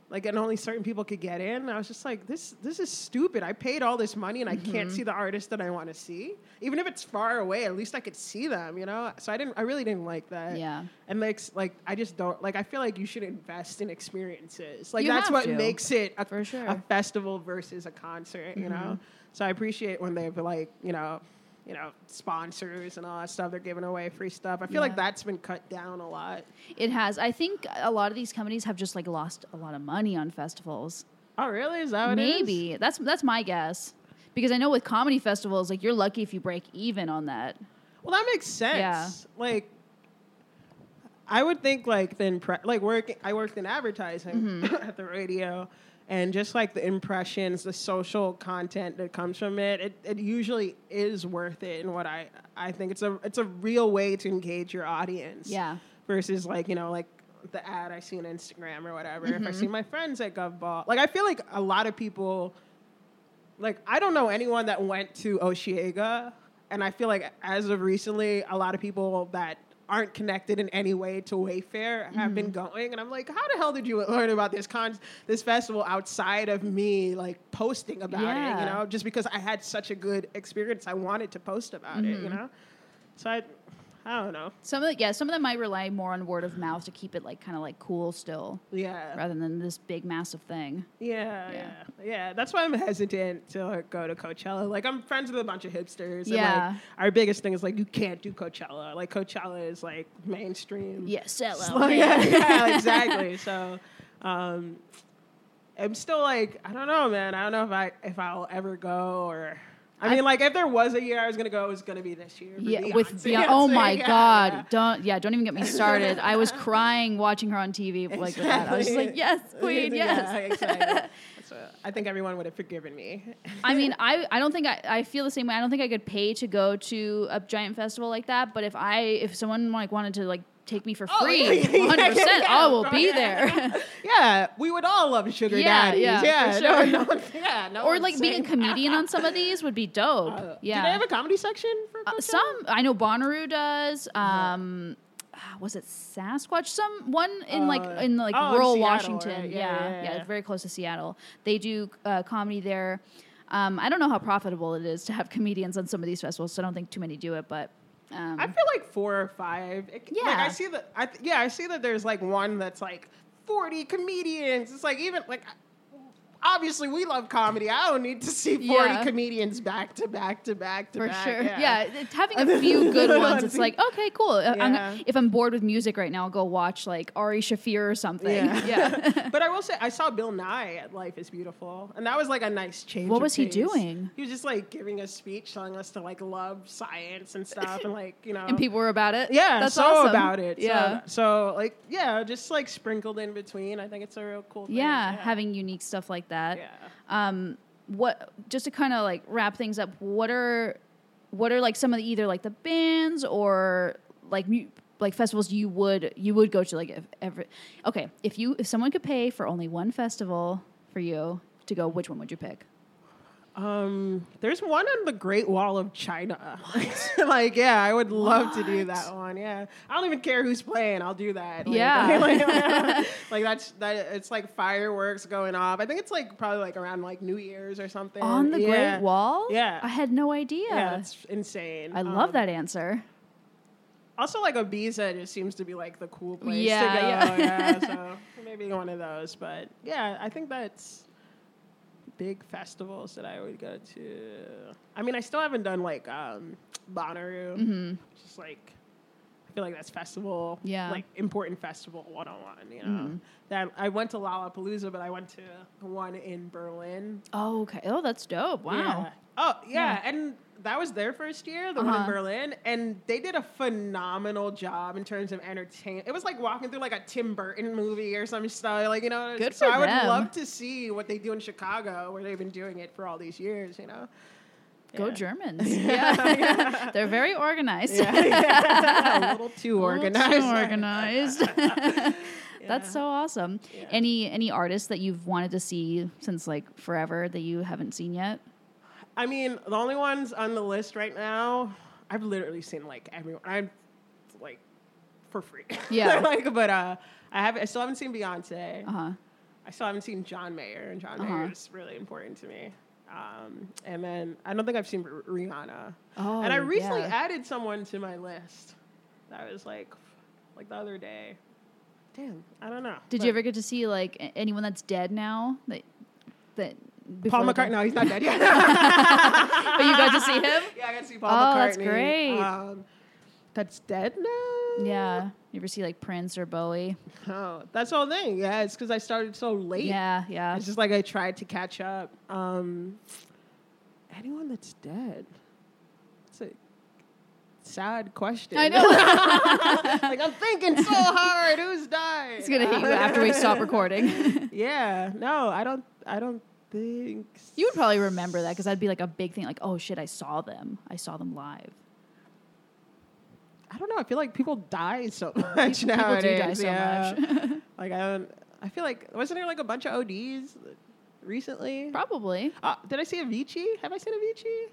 Speaker 2: like and only certain people could get in. And I was just like, this this is stupid. I paid all this money and I
Speaker 1: Mm-hmm.
Speaker 2: can't see the artist that I want to see. Even if it's far away, at least I could see them, you know? So I didn't I really didn't like that.
Speaker 1: Yeah.
Speaker 2: And like s- like I just don't like I feel like you should invest in experiences. Like
Speaker 1: You
Speaker 2: that's
Speaker 1: have
Speaker 2: what
Speaker 1: to,
Speaker 2: makes it a,
Speaker 1: for sure. Mm-hmm.
Speaker 2: a festival versus a concert, you know? So I appreciate when they've like, you know, you know, sponsors and all that stuff. They're giving away free stuff. I feel
Speaker 1: Yeah.
Speaker 2: like that's been cut down a lot.
Speaker 1: It has. I think a lot of these companies have just like lost a lot of money on festivals.
Speaker 2: Oh, really? Is that what it is?
Speaker 1: Maybe that's that's my guess because I know with comedy festivals, like you're lucky if you break even on that.
Speaker 2: Well, that makes sense.
Speaker 1: Yeah.
Speaker 2: Like, I would think like the impre- like work. I worked in advertising
Speaker 1: Mm-hmm.
Speaker 2: at the radio, and just like the impressions, the social content that comes from it, it, it usually is worth it. And what I I think it's a it's a real way to engage your audience.
Speaker 1: Yeah.
Speaker 2: Versus like you know like the ad I see on Instagram or whatever. If I
Speaker 1: Mm-hmm.
Speaker 2: see my friends at Govball, like I feel like a lot of people like I don't know anyone that went to Oshiega, and I feel like as of recently, a lot of people that aren't connected in any way to Wayfair have been going, and I'm like, how the hell did you learn about this con this festival outside of me like posting about it?
Speaker 1: Yeah.
Speaker 2: You know, just because I had such a good experience, I wanted to post about it. You know, so I, I don't know.
Speaker 1: Some of the, yeah, some of them might rely more on word of mouth to keep it like kind of like cool still,
Speaker 2: Yeah.
Speaker 1: rather than this big massive thing. Yeah.
Speaker 2: Yeah, yeah, yeah. That's why I'm hesitant to like, go to Coachella. Like I'm friends with a bunch of hipsters. And,
Speaker 1: Yeah.
Speaker 2: like, our biggest thing is like you can't do Coachella. Like Coachella is like mainstream.
Speaker 1: Yeah, sell
Speaker 2: So,
Speaker 1: out.
Speaker 2: yeah, yeah, exactly. So, um, I'm still like I don't know, man. I don't know if I if I'll ever go or.
Speaker 1: I-
Speaker 2: I, mean, like, if there was a year I was gonna go, it was gonna be this year. for
Speaker 1: Yeah, with
Speaker 2: Beyonce.
Speaker 1: Beyonce. Oh my
Speaker 2: Yeah,
Speaker 1: God!
Speaker 2: yeah.
Speaker 1: Don't yeah, don't even get me started. I was crying watching her on TV like with that. I was just like,
Speaker 2: Exactly.
Speaker 1: yes, queen, yes.
Speaker 2: Yeah, exactly. That's what- I think everyone would have forgiven me.
Speaker 1: I mean, I, I don't think I, I feel the same way. I don't think I could pay to go to a giant festival like that. But if I if someone like wanted to like take me for
Speaker 2: Oh,
Speaker 1: free,
Speaker 2: yeah, yeah, yeah,
Speaker 1: 100%,
Speaker 2: yeah,
Speaker 1: I
Speaker 2: of
Speaker 1: will
Speaker 2: course,
Speaker 1: be
Speaker 2: yeah.
Speaker 1: there.
Speaker 2: Yeah, we would all love sugar
Speaker 1: Yeah,
Speaker 2: daddies.
Speaker 1: yeah,
Speaker 2: Yeah,
Speaker 1: for
Speaker 2: no-
Speaker 1: sure.
Speaker 2: no- yeah, no
Speaker 1: or
Speaker 2: one's
Speaker 1: like being
Speaker 2: saying-
Speaker 1: a comedian on some of these would be dope.
Speaker 2: Uh,
Speaker 1: yeah.
Speaker 2: Do they have a comedy Uh-huh. section for
Speaker 1: Uh,
Speaker 2: Coachella?
Speaker 1: some I know Bonnaroo does. Um, ah, was it Sasquatch? Some one in like
Speaker 2: Uh,
Speaker 1: in like
Speaker 2: oh, in
Speaker 1: rural
Speaker 2: Seattle,
Speaker 1: Washington.
Speaker 2: right?
Speaker 1: Yeah,
Speaker 2: Yeah,
Speaker 1: yeah,
Speaker 2: yeah, yeah, yeah.
Speaker 1: very close to Seattle. They do uh, comedy there. Um, I don't know how profitable it is to have comedians on some of these festivals, so I don't think too many do it. But um,
Speaker 2: I feel like four or five. It- Like
Speaker 1: Yeah.
Speaker 2: I see that. I th- yeah, I see that. There's like one that's like forty comedians. It's like even like. Obviously, we love comedy. I don't need to see forty
Speaker 1: Yeah.
Speaker 2: comedians back to back to back to
Speaker 1: for
Speaker 2: back.
Speaker 1: sure, yeah. it's having a few good ones, it's like okay, cool. Uh, I'm gonna-
Speaker 2: Yeah.
Speaker 1: if I'm bored with music right now, I'll go watch like Ari Shafir or something. Yeah.
Speaker 2: but I will say, I saw Bill Nye at Life is Beautiful, and that was like a nice change.
Speaker 1: What
Speaker 2: of
Speaker 1: was he
Speaker 2: pace.
Speaker 1: doing?
Speaker 2: He was just like giving a speech telling us to like love science and stuff, and like, you know.
Speaker 1: and people were about it.
Speaker 2: yeah,
Speaker 1: that's
Speaker 2: so
Speaker 1: awesome.
Speaker 2: about it.
Speaker 1: Yeah.
Speaker 2: Yeah. So, like, yeah, just like sprinkled in between. I think it's a real cool thing.
Speaker 1: yeah, having unique stuff like that.
Speaker 2: Yeah.
Speaker 1: Um, what just to kind of like wrap things up? What are what are like some of the either like the bands or like mu- like festivals you would you would go to like if ever okay if you if someone could pay for only one festival for you to go which one would you pick?
Speaker 2: Um, there's one on the Great Wall of China. like, yeah, I would love to do that one. Yeah, I don't even care who's playing. I'll do that. Like,
Speaker 1: Yeah.
Speaker 2: like, like, that's that. It's like fireworks going off. I think it's like probably like around like New Year's or something.
Speaker 1: On the
Speaker 2: Yeah.
Speaker 1: Great Wall?
Speaker 2: Yeah.
Speaker 1: I had no idea.
Speaker 2: Yeah, it's insane.
Speaker 1: I love
Speaker 2: Um,
Speaker 1: that answer.
Speaker 2: Also, like Ibiza just seems to be like the cool place
Speaker 1: Yeah,
Speaker 2: to go.
Speaker 1: yeah.
Speaker 2: Yeah. so maybe one of those. But yeah, I think that's big festivals that I would go to. I mean, I still haven't done like um, Bonnaroo,
Speaker 1: Mm-hmm.
Speaker 2: which is like I feel like that's festival,
Speaker 1: Yeah. Mm-hmm.
Speaker 2: like important festival one on one. You know, that I went to Lollapalooza, but I went to one in Berlin.
Speaker 1: Oh okay. Oh that's dope. Wow.
Speaker 2: Yeah. Oh yeah.
Speaker 1: Yeah.
Speaker 2: and that was their first year, the one
Speaker 1: Uh-huh.
Speaker 2: in Berlin, and they did a phenomenal job in terms of entertainment. It was like walking through like a Tim Burton movie or some stuff, like you know.
Speaker 1: Good
Speaker 2: so
Speaker 1: for
Speaker 2: I
Speaker 1: them.
Speaker 2: would love to see what they do in Chicago, where they've been doing it for all these years. You know.
Speaker 1: Go
Speaker 2: Yeah.
Speaker 1: Germans. Yeah. They're very organized.
Speaker 2: Yeah, yeah. a little
Speaker 1: A
Speaker 2: too
Speaker 1: little too
Speaker 2: organized.
Speaker 1: organized. That's so awesome.
Speaker 2: Yeah.
Speaker 1: Any any artists that you've wanted to see since like forever that you haven't seen yet?
Speaker 2: I mean, the only ones on the list right now, I've literally seen like everyone. I'm like for free.
Speaker 1: Yeah.
Speaker 2: like, but uh, I have. I still haven't seen Beyonce.
Speaker 1: Uh huh.
Speaker 2: I still haven't seen John Mayer, and John Mayer
Speaker 1: Uh-huh.
Speaker 2: is really important to me. Um, and then I don't think I've seen R- Rihanna.
Speaker 1: Oh,
Speaker 2: and I recently
Speaker 1: yeah.
Speaker 2: added someone to my list. That was like, like the other day. Damn, I don't know.
Speaker 1: Did
Speaker 2: But-
Speaker 1: you ever get to see like a- anyone that's dead now? That that before
Speaker 2: Paul
Speaker 1: they
Speaker 2: McCartney?
Speaker 1: died?
Speaker 2: No, he's not dead yet. yeah,
Speaker 1: But you got to see him.
Speaker 2: I got to see Paul McCartney.
Speaker 1: Oh, that's great.
Speaker 2: Um, that's dead now.
Speaker 1: Yeah. You ever see like Prince or Bowie?
Speaker 2: Oh, that's the whole thing. Yeah, it's because I started so late.
Speaker 1: Yeah, yeah.
Speaker 2: It's just like I tried to catch up. Um, anyone that's dead. It's a sad question.
Speaker 1: I know.
Speaker 2: like I'm thinking so hard. Who's died?
Speaker 1: He's gonna hit you after we stop recording.
Speaker 2: Yeah. No, I don't. I don't think.
Speaker 1: you would probably remember that because that'd be like a big thing. Like, oh shit, I saw them. I saw them live.
Speaker 2: I don't know. I feel like people die so much
Speaker 1: People
Speaker 2: nowadays.
Speaker 1: do die so
Speaker 2: yeah.
Speaker 1: much.
Speaker 2: like I don't. I feel like wasn't there like a bunch of ODs recently?
Speaker 1: Probably.
Speaker 2: Uh, did I see Avicii? Have I seen Avicii?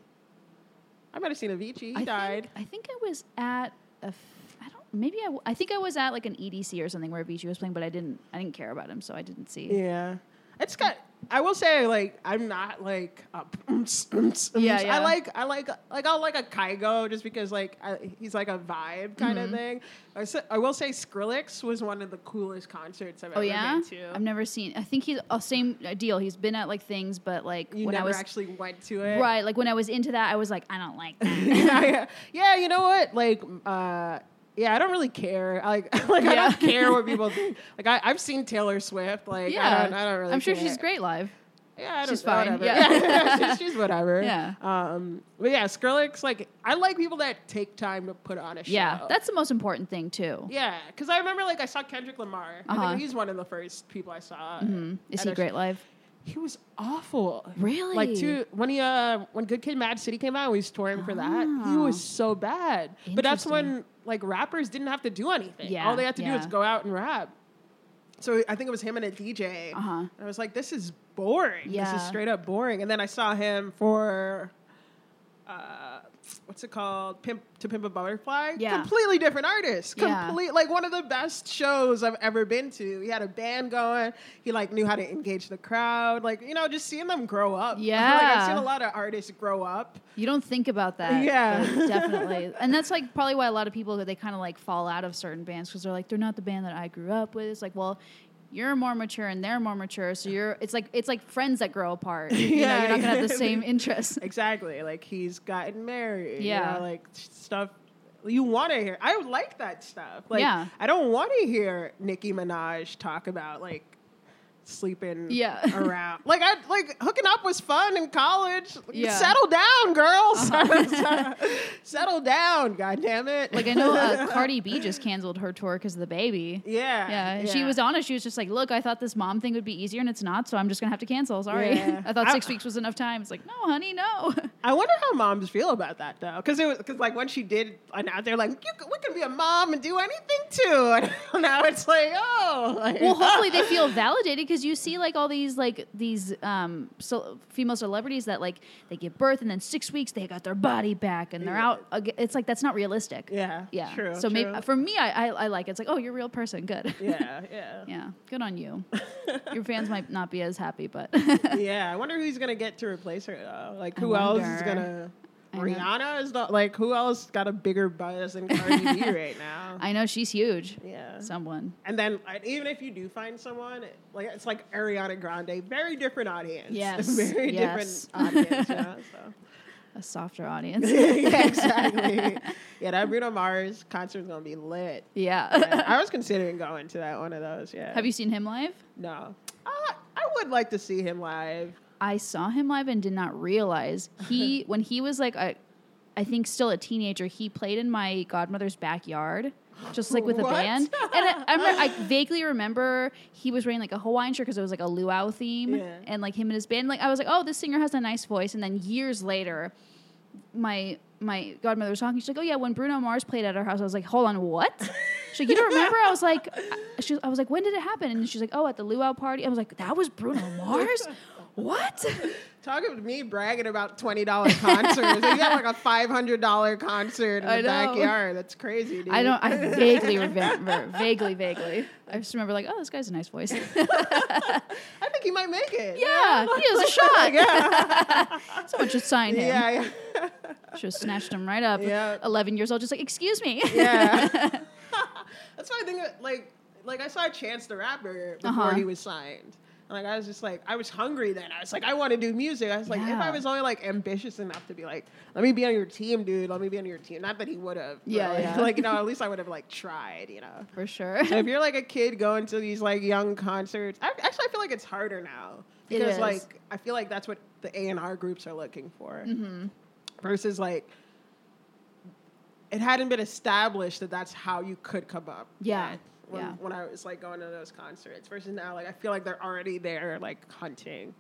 Speaker 2: I might have seen Avicii. He
Speaker 1: I
Speaker 2: died.
Speaker 1: Think, I think I was at a. F- I don't. Maybe I. W- I think I was at like an EDC or something where Avicii was playing, but I didn't. I didn't care about him, so I didn't see.
Speaker 2: Yeah. It's got. I will say, like, I'm not like. A,
Speaker 1: Yeah, yeah.
Speaker 2: I like, I like, like, I'll like a Kygo just because, like, I, he's like a vibe kind
Speaker 1: Mm-hmm.
Speaker 2: of thing. I, s- I will say, Skrillex was one of the coolest concerts I've
Speaker 1: Oh
Speaker 2: ever
Speaker 1: yeah,
Speaker 2: been to.
Speaker 1: I've never seen. I think he's uh, same deal. He's been at like things, but like
Speaker 2: you
Speaker 1: when
Speaker 2: never
Speaker 1: I was
Speaker 2: actually went to it,
Speaker 1: right, like when I was into that, I was like, I don't like that.
Speaker 2: yeah, yeah. yeah, you know what? Like, uh, yeah, I don't really care. Like, like I
Speaker 1: Yeah.
Speaker 2: don't care what people think. Like, I, I've seen Taylor Swift. Like,
Speaker 1: yeah,
Speaker 2: I don't, I don't really.
Speaker 1: am sure she's
Speaker 2: care.
Speaker 1: great live.
Speaker 2: Yeah, I don't,
Speaker 1: She's fine,
Speaker 2: Whatever.
Speaker 1: yeah.
Speaker 2: she's, she's whatever.
Speaker 1: Yeah.
Speaker 2: Um, but yeah, Skrillex. Like, I like people that take time to put on a show.
Speaker 1: Yeah, that's the most important thing too.
Speaker 2: Yeah, because I remember like I saw Kendrick Lamar. I
Speaker 1: Uh-huh.
Speaker 2: think he's one of the first people I saw.
Speaker 1: Mhm. Is
Speaker 2: at
Speaker 1: he
Speaker 2: a sh-
Speaker 1: great live?
Speaker 2: He was awful.
Speaker 1: Really?
Speaker 2: Like two when he uh when Good Kid, Mad City came out, we was touring for that. He
Speaker 1: Oh.
Speaker 2: was so bad. But that's
Speaker 1: Interesting.
Speaker 2: when like rappers didn't have to do anything.
Speaker 1: Yeah,
Speaker 2: All they had to do
Speaker 1: yeah.
Speaker 2: is go out and rap. So I think it was him and a DJ.
Speaker 1: Uh-huh.
Speaker 2: And I was like, this is boring. This
Speaker 1: Yeah.
Speaker 2: is straight up boring. And then I saw him for uh, what's it called? Pimp to Pimp a Butterfly.
Speaker 1: Yeah.
Speaker 2: Completely different artist.
Speaker 1: Yeah.
Speaker 2: Complete like one of the best shows I've ever been to. He had a band going. He like knew how to engage the crowd. Like you know, just seeing them grow up. I feel like
Speaker 1: Yeah.
Speaker 2: I've seen a lot of artists grow up.
Speaker 1: You don't think about that.
Speaker 2: Yeah.
Speaker 1: but definitely. And that's like probably why a lot of people they kind of like fall out of certain bands because they're like they're not the band that I grew up with. It's like well. You're more mature and they're more mature, so you're. It's like it's like friends that grow apart. You know,
Speaker 2: Yeah,
Speaker 1: you're not gonna have the
Speaker 2: yeah.
Speaker 1: same interests.
Speaker 2: Exactly. Like he's gotten married. you
Speaker 1: Yeah.
Speaker 2: know, like stuff you want to hear. I like that stuff. Like
Speaker 1: Yeah.
Speaker 2: I don't want to hear Nicki Minaj talk about like sleeping
Speaker 1: Yeah.
Speaker 2: around. Like I like hooking up was fun in college.
Speaker 1: Yeah. Uh-huh.
Speaker 2: Settle down, girls. Settle down, god damn it.
Speaker 1: Like I know uh, Cardi B just canceled her tour because of the baby.
Speaker 2: yeah,
Speaker 1: Yeah, she was honest. She was just like, "Look, I thought this mom thing would be easier, and it's not. So I'm just gonna have to cancel. Sorry.
Speaker 2: Yeah.
Speaker 1: I thought
Speaker 2: I-
Speaker 1: six weeks was enough time. It's like, no, honey, no.
Speaker 2: I wonder how moms feel about that though, because it was because like when she did, and out there like you, c- we can be a mom and do anything too. And now it's like oh, like,
Speaker 1: well, hopefully they feel validated because you see like all these like these um so female celebrities that like they give birth and then six weeks they got their body back and they're
Speaker 2: Yeah.
Speaker 1: out. aga- It's like that's not realistic.
Speaker 2: Yeah.
Speaker 1: Yeah.
Speaker 2: True.
Speaker 1: so
Speaker 2: true.
Speaker 1: maybe for me, I, I I like it. it's like, oh, you're a real person. Good.
Speaker 2: yeah, yeah,
Speaker 1: yeah. Good on you. Your fans might not be as happy, but
Speaker 2: yeah. I wonder who's gonna get to replace her though. Like,
Speaker 1: I
Speaker 2: who else is
Speaker 1: wonder.
Speaker 2: gonna?
Speaker 1: I know.
Speaker 2: Rihanna is not like who else got a bigger buzz than Cardi B right now.
Speaker 1: I know she's huge.
Speaker 2: Yeah.
Speaker 1: Someone.
Speaker 2: And then like, even if you do find someone, it- like it's like Ariana Grande, very different audience.
Speaker 1: Yes,
Speaker 2: very
Speaker 1: yes.
Speaker 2: different audience. you know, so.
Speaker 1: A softer audience.
Speaker 2: yeah, exactly. yeah, that Bruno Mars concert's gonna be lit.
Speaker 1: yeah.
Speaker 2: Yeah, I was considering going to that one of those. Yeah.
Speaker 1: Have you seen him live?
Speaker 2: No. Uh, I would like to see him live.
Speaker 1: I saw him live and did not realize he when he was like a, I think still a teenager. He played in my godmother's backyard, just like with a
Speaker 2: What?
Speaker 1: band. And I, I, remember, I vaguely remember he was wearing like a Hawaiian shirt because it was like a luau theme,
Speaker 2: Yeah.
Speaker 1: and like him and his band. Like I was like, oh, this singer has a nice voice. And then years later, my my godmother was talking. She's like, "Oh yeah, when Bruno Mars played at our house, I was like, hold on, what?" She's like, "You don't remember?" I was like, I, she, was- "I was like, when did it happen?" And she's like, "Oh, at the luau party." I was like, "That was Bruno Mars." What?
Speaker 2: Talk about me bragging about twenty dollar concerts. you have like a five hundred dollar concert in
Speaker 1: I
Speaker 2: the
Speaker 1: know.
Speaker 2: backyard. That's crazy, dude.
Speaker 1: I don't. I vaguely remember. Vaguely, vaguely. I just remember like, oh, this guy's a nice voice.
Speaker 2: I think he might make it.
Speaker 1: yeah, he has a shot.
Speaker 2: Yeah.
Speaker 1: Someone should sign him.
Speaker 2: yeah. yeah.
Speaker 1: Should have snatched him right up.
Speaker 2: Yeah.
Speaker 1: Eleven years old, just like, excuse me.
Speaker 2: Yeah. That's why I think that, like like I saw Chance the Rapper before
Speaker 1: Uh-huh.
Speaker 2: he was signed. And, Like I was just like I was hungry then. I was like I want to do music. I was like if
Speaker 1: Yeah.
Speaker 2: I was only like ambitious enough to be like let me be on your team, dude. Let me be on your team. Not that he would have. but,
Speaker 1: Yeah,
Speaker 2: like,
Speaker 1: yeah.
Speaker 2: like you know at least I would have like tried. You know.
Speaker 1: For sure.
Speaker 2: So if you're like a kid going to these like young concerts, I, actually I feel like it's harder now
Speaker 1: It
Speaker 2: because
Speaker 1: is.
Speaker 2: like I feel like that's what the A and R groups are looking for,
Speaker 1: Mm-hmm.
Speaker 2: versus like it hadn't been established that that's how you could come up.
Speaker 1: Yeah,
Speaker 2: with When,
Speaker 1: yeah.
Speaker 2: when I was like going to those concerts, versus now like I feel like they're already there like hunting.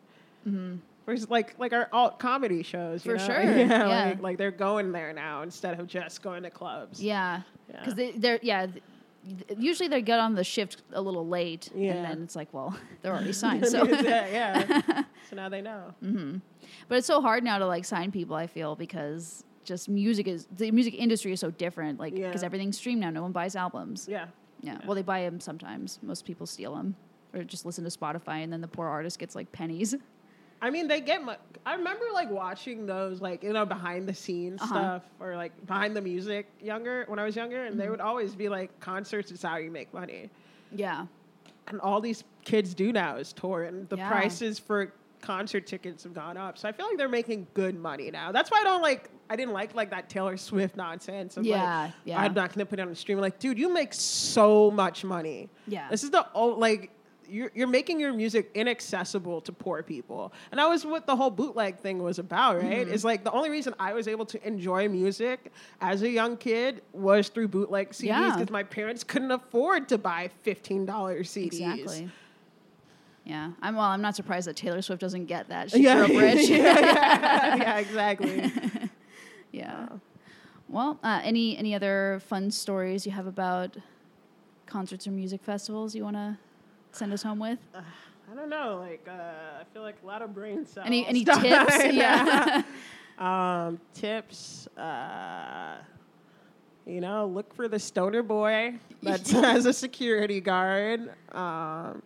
Speaker 2: Versus like like our alt comedy shows, you
Speaker 1: Mm-hmm. For
Speaker 2: know?
Speaker 1: sure,
Speaker 2: yeah,
Speaker 1: yeah.
Speaker 2: Like, like they're going there now instead of just going to clubs.
Speaker 1: Yeah,
Speaker 2: Yeah.
Speaker 1: because they, they're yeah. th- th- Usually they get on the shift a little late,
Speaker 2: Yeah.
Speaker 1: and then it's like, well, they're already signed. So,
Speaker 2: yeah, yeah. So now they know.
Speaker 1: but it's so hard now to like sign people. I feel because just music is the music industry is so different. Like because
Speaker 2: Yeah.
Speaker 1: everything's streamed now, no one buys albums.
Speaker 2: Yeah.
Speaker 1: Yeah. Well, they buy them sometimes. Most people steal them or just listen to Spotify, and then the poor artist gets like pennies.
Speaker 2: I mean, they get. Mu- I remember like watching those, like you know, behind the scenes
Speaker 1: Uh-huh.
Speaker 2: stuff or like behind the music. Younger when I was younger,
Speaker 1: Mm-hmm.
Speaker 2: and they would always be like, "Concerts is how you make money,"
Speaker 1: Yeah.
Speaker 2: and all these kids do now is tour, and the
Speaker 1: Yeah.
Speaker 2: prices for concert tickets have gone up. So I feel like they're making good money now. That's why I don't like. I didn't like like that Taylor Swift nonsense. Of,
Speaker 1: Yeah,
Speaker 2: like,
Speaker 1: yeah.
Speaker 2: I'm not gonna put it on the stream. Like, dude, you make so much money.
Speaker 1: Yeah.
Speaker 2: This is the old like you're you're making your music inaccessible to poor people. And that was what the whole bootleg thing was about, right?
Speaker 1: Mm-hmm.
Speaker 2: It's like the only reason I was able to enjoy music as a young kid was through bootleg CDs
Speaker 1: Yeah.
Speaker 2: because my parents couldn't afford to buy $15 CDs.
Speaker 1: Exactly. Yeah. I'm well. I'm not surprised that Taylor Swift doesn't get that. She
Speaker 2: Yeah.
Speaker 1: grew up rich.
Speaker 2: yeah, yeah, yeah, exactly.
Speaker 1: Yeah. Well, uh, any any other fun stories you have about concerts or music festivals you want to send us home with?
Speaker 2: Oh, I don't know, like uh, I feel like a lot of brain cells.
Speaker 1: Any any
Speaker 2: died.
Speaker 1: tips? Yeah.
Speaker 2: Um, tips. Uh, you know, look for the stoner boy that's as a security guard. Um,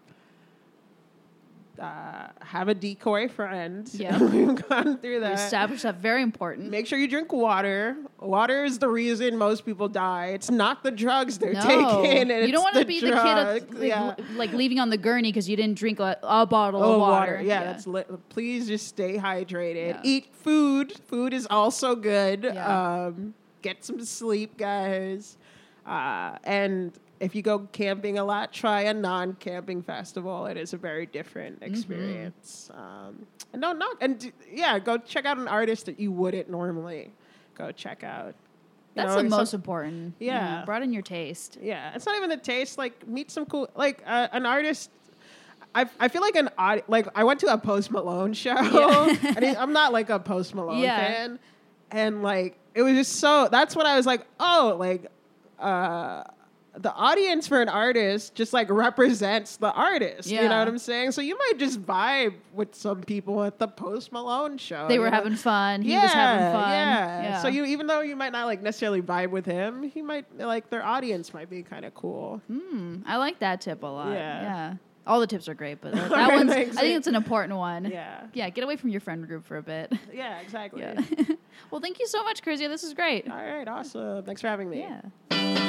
Speaker 2: uh, have a decoy friend.
Speaker 1: Yep.
Speaker 2: We've gone through
Speaker 1: We
Speaker 2: that.
Speaker 1: established that very important.
Speaker 2: Make sure you drink water. Water is the reason most people die. It's not the drugs they're
Speaker 1: no,
Speaker 2: taking.
Speaker 1: you don't
Speaker 2: want
Speaker 1: wanna
Speaker 2: to
Speaker 1: be the kid
Speaker 2: drug.
Speaker 1: at- like,
Speaker 2: yeah.
Speaker 1: l- like leaving on the gurney because you didn't drink a, a bottle
Speaker 2: Oh,
Speaker 1: of water.
Speaker 2: water. Yeah, that's li- please just stay hydrated.
Speaker 1: Yeah.
Speaker 2: Eat food. Food is also good.
Speaker 1: Yeah.
Speaker 2: Um, get some sleep, guys. Uh, and if you go camping a lot, try a non-camping festival. It is a very different
Speaker 1: Mm-hmm.
Speaker 2: experience. Um, and don't knock. And d- yeah, go check out an artist that you wouldn't normally go check out. You
Speaker 1: That's
Speaker 2: know,
Speaker 1: the
Speaker 2: some-
Speaker 1: most important. you know,
Speaker 2: Yeah.
Speaker 1: broaden your taste.
Speaker 2: yeah, it's not even the taste. Like meet some cool like uh, an artist. I, I feel like an odd like I went to a Post Malone show, and he- I'm not like a Post Malone
Speaker 1: Yeah.
Speaker 2: fan, and like it was just so. That's when I was like, oh, like uh, the audience for an artist just like represents the artist. You
Speaker 1: Yeah.
Speaker 2: know what I'm saying? So you might just vibe with some people at the Post Malone show.
Speaker 1: They
Speaker 2: you
Speaker 1: were
Speaker 2: know?
Speaker 1: having fun. He was having fun.
Speaker 2: Oh, Yeah. So you even though you might not like necessarily vibe with him, he might like their audience might be kind of cool.
Speaker 1: Mm, I like that tip a lot. Yeah.
Speaker 2: Yeah.
Speaker 1: All the tips are great, but that,
Speaker 2: Okay,
Speaker 1: one's,
Speaker 2: thanks.
Speaker 1: I think it's an important one.
Speaker 2: Yeah.
Speaker 1: Yeah, get away from your friend group for a bit.
Speaker 2: Yeah, exactly.
Speaker 1: Yeah. well, thank you so much, Curzia. This is great.
Speaker 2: All right, awesome. Thanks for having me.
Speaker 1: Yeah.